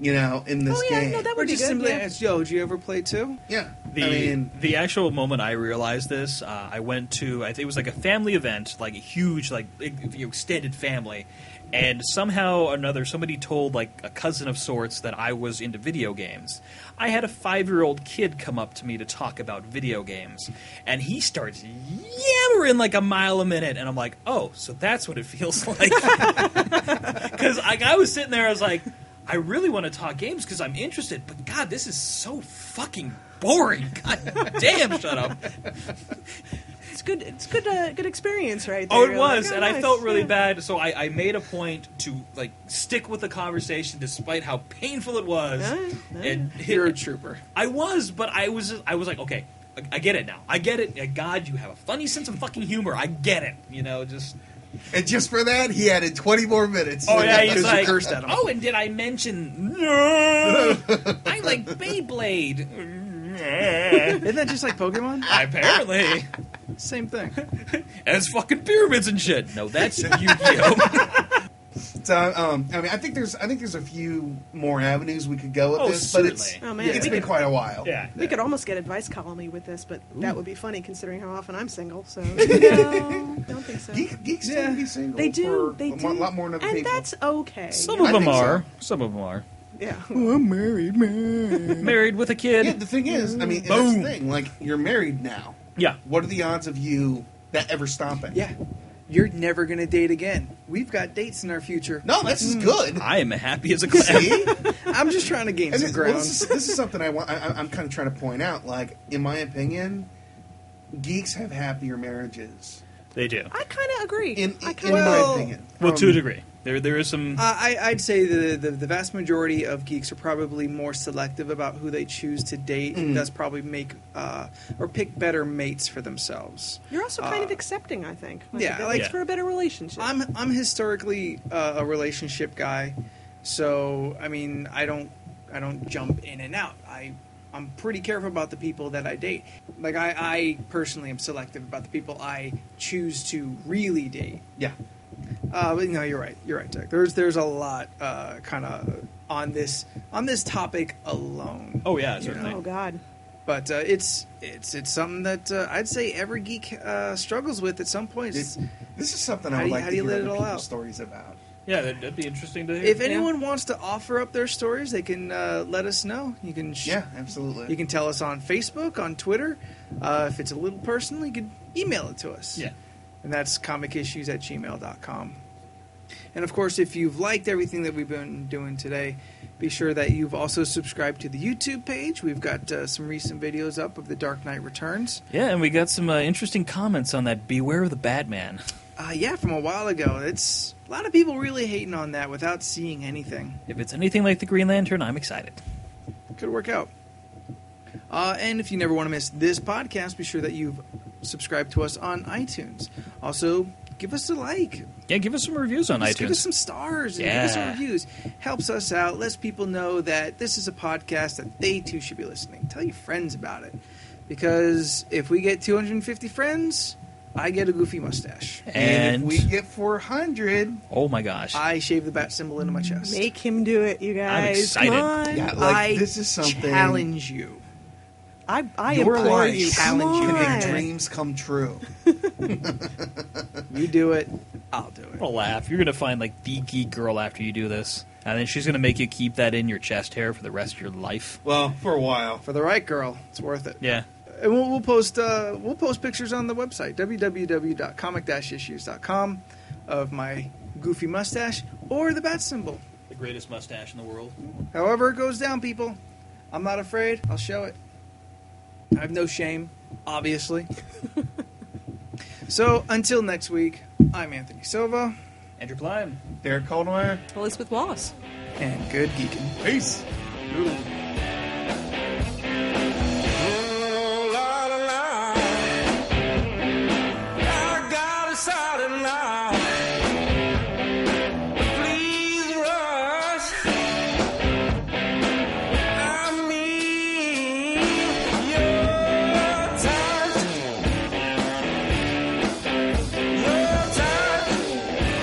Speaker 5: you know, in this
Speaker 1: Oh, yeah,
Speaker 5: game.
Speaker 1: no, that
Speaker 3: Or
Speaker 1: would be
Speaker 3: just
Speaker 1: good,
Speaker 3: simply
Speaker 1: yeah.
Speaker 3: ask, yo, did you ever play two?
Speaker 5: yeah,
Speaker 4: The
Speaker 5: I mean,
Speaker 4: the actual moment I realized this, uh, I went to I think it was like a family event, like a huge like big, you know, extended family, and somehow or another somebody told like a cousin of sorts that I was into video games. I had a five year old kid come up to me to talk about video games, and he starts yammering like a mile a minute, and I'm like, oh, so that's what it feels *laughs* like. Because like I was sitting there, I was like, I really want to talk games because I'm interested, but God, this is so fucking boring. *laughs* God damn, shut *laughs* up.
Speaker 1: It's good. It's good. Uh, good experience, right?
Speaker 4: Oh,
Speaker 1: there.
Speaker 4: it
Speaker 1: You're like,
Speaker 4: was,
Speaker 1: oh,
Speaker 4: and I
Speaker 1: nice,
Speaker 4: felt really
Speaker 1: yeah.
Speaker 4: bad, so I, I made a point to like stick with the conversation despite how painful it was.
Speaker 1: Alright, alright.
Speaker 4: And *laughs*
Speaker 3: You're a trooper.
Speaker 4: I was, but I was, I was like, okay, I, I get it now. I get it. Uh, God, you have a funny sense of fucking humor. I get it. You know, just
Speaker 5: and just for that, he added 20 more minutes.
Speaker 4: Oh *laughs* yeah,
Speaker 5: *laughs*
Speaker 4: he's
Speaker 3: Because you
Speaker 4: like,
Speaker 3: cursed at him.
Speaker 4: oh, and did I mention? *laughs* No, *laughs* I like Beyblade.
Speaker 3: Isn't that just like Pokemon?
Speaker 4: Apparently,
Speaker 3: Same thing.
Speaker 4: as fucking pyramids and shit. No, that's *laughs* Yu-Gi-Oh.
Speaker 5: *laughs* So, um, I mean, I think there's, I think there's a few more avenues we could go with
Speaker 4: Oh,
Speaker 5: this, but it's,
Speaker 4: certainly.
Speaker 1: Oh, man.
Speaker 5: it's
Speaker 1: We
Speaker 5: been
Speaker 1: could-
Speaker 5: quite a while.
Speaker 4: yeah,
Speaker 1: We could almost get advice column with this, but that would be funny considering how often I'm single.
Speaker 5: *laughs*
Speaker 1: So no, don't think so.
Speaker 5: Geek, geeks tend to be single.
Speaker 1: They do.
Speaker 5: for
Speaker 1: They
Speaker 5: a
Speaker 1: do.
Speaker 5: mo- lot more than other
Speaker 1: and
Speaker 5: people.
Speaker 1: that's okay.
Speaker 4: some
Speaker 5: I
Speaker 4: of them
Speaker 5: think so.
Speaker 4: are. Some of them are
Speaker 1: yeah.
Speaker 5: I'm married, man.
Speaker 4: married with a
Speaker 5: yeah,
Speaker 4: kid.
Speaker 5: the thing is, I mean, and that's
Speaker 4: Boom.
Speaker 5: the thing. Like, you're married now.
Speaker 4: Yeah,
Speaker 5: What are the odds of you that ever stopping?
Speaker 3: Yeah. You're never going to date again. We've got dates in our future.
Speaker 5: No, this
Speaker 3: Mm.
Speaker 5: is good.
Speaker 4: I am happy as a
Speaker 3: *laughs*
Speaker 4: clam.
Speaker 5: *laughs* See?
Speaker 3: I'm just trying to gain
Speaker 5: And
Speaker 3: some
Speaker 5: this, well,
Speaker 3: ground.
Speaker 5: this, is, this is something I want. I, I- I'm kind of trying to point out. Like, in my opinion, geeks have happier marriages.
Speaker 4: They do.
Speaker 1: I kind of agree.
Speaker 5: In,
Speaker 1: I
Speaker 5: in
Speaker 1: kind of.
Speaker 5: my
Speaker 3: Well-
Speaker 5: opinion,
Speaker 4: Well,
Speaker 5: Um,
Speaker 4: to a degree, there there is some.
Speaker 3: Uh, I, I'd say the, the the vast majority of geeks are probably more selective about who they choose to date, and
Speaker 5: Mm.
Speaker 3: thus probably make uh, or pick better mates for themselves.
Speaker 1: You're also kind of
Speaker 3: Uh,
Speaker 1: accepting, I think.
Speaker 3: yeah,
Speaker 1: it
Speaker 3: like-
Speaker 1: makes for a better relationship.
Speaker 3: I'm I'm historically uh, a relationship guy, so I mean I don't I don't jump in and out. I I'm pretty careful about the people that I date. Like I, I personally am selective about the people I choose to really date.
Speaker 5: Yeah,
Speaker 3: Uh, but no, you're right. You're right, Doug. There's there's a lot uh, kind of on this on this topic alone.
Speaker 4: oh yeah,
Speaker 3: you
Speaker 4: certainly.
Speaker 3: know.
Speaker 1: oh God.
Speaker 3: But uh, it's it's it's something that uh, I'd say every geek uh, struggles with at some point.
Speaker 5: this, this is something
Speaker 3: How do
Speaker 5: I would
Speaker 3: you-
Speaker 5: like
Speaker 3: how
Speaker 5: to
Speaker 3: do you
Speaker 5: hear
Speaker 3: let
Speaker 5: other
Speaker 3: it all
Speaker 5: people's
Speaker 3: out?
Speaker 5: stories about.
Speaker 4: Yeah, that'd, that'd be interesting to hear.
Speaker 3: if
Speaker 4: Yeah.
Speaker 3: anyone wants to offer up their stories, they can uh, let us know. You can sh-
Speaker 5: Yeah, absolutely.
Speaker 3: you can tell us on Facebook, on Twitter. Uh, if it's a little personal, you can email it to us.
Speaker 4: yeah.
Speaker 3: and that's comicissues at gmail.com. And of course, if you've liked everything that we've been doing today, be sure that you've also subscribed to the YouTube page. We've got uh, some recent videos up of The Dark Knight Returns.
Speaker 4: Yeah, and we got some uh, interesting comments on that. Beware of the Batman.
Speaker 3: Uh, yeah, from a while ago. It's a lot of people really hating on that without seeing anything.
Speaker 4: If it's anything like the Green Lantern, I'm excited.
Speaker 3: Could work out. Uh, and if you never want to miss this podcast, be sure that you've subscribed to us on iTunes. Also, give us a like.
Speaker 4: Yeah, give us some reviews on
Speaker 3: Just
Speaker 4: iTunes.
Speaker 3: give us some stars and give us some
Speaker 4: Yeah.
Speaker 3: reviews. Helps us out, lets people know that this is a podcast that they too should be listening. Tell your friends about it. Because if we get 250 friends, I get a goofy mustache.
Speaker 5: and
Speaker 4: and
Speaker 5: if we get 400,
Speaker 4: oh my gosh,
Speaker 3: I shave the bat symbol into my chest.
Speaker 1: Make him do it, you guys.
Speaker 4: excited.
Speaker 1: Come on.
Speaker 5: Yeah, like,
Speaker 3: I
Speaker 5: this is something.
Speaker 3: challenge you.
Speaker 1: I, I
Speaker 5: Your
Speaker 1: implore
Speaker 5: life
Speaker 1: you. Come
Speaker 3: challenge you
Speaker 5: to
Speaker 1: on.
Speaker 3: to
Speaker 5: make dreams come true.
Speaker 3: You do it, I'll do it.
Speaker 4: I'm gonna laugh. You're gonna find like the geek girl after you do this, and then she's gonna make you keep that in your chest hair for the rest of your life.
Speaker 5: Well, for a while.
Speaker 3: For the right girl, it's worth it.
Speaker 4: Yeah,
Speaker 3: And we'll, we'll post uh, we'll post pictures on the website www.comic-issues.com of my goofy mustache or the bat symbol.
Speaker 4: the greatest mustache in the world.
Speaker 3: However it goes down, people, I'm not afraid. I'll show it. I have no shame, obviously. so until next week, I'm Anthony Silva,
Speaker 4: Andrew Plyme.
Speaker 5: Derek Caldwell.
Speaker 1: Elizabeth Wallace.
Speaker 3: and good geeking.
Speaker 5: Peace.
Speaker 2: Oh, la, la, la. I got excited now. Please rush. I mean, your touch. Your touch.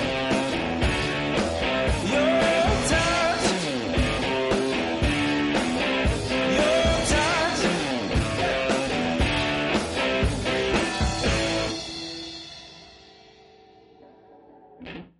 Speaker 2: Your touch.
Speaker 6: Bye.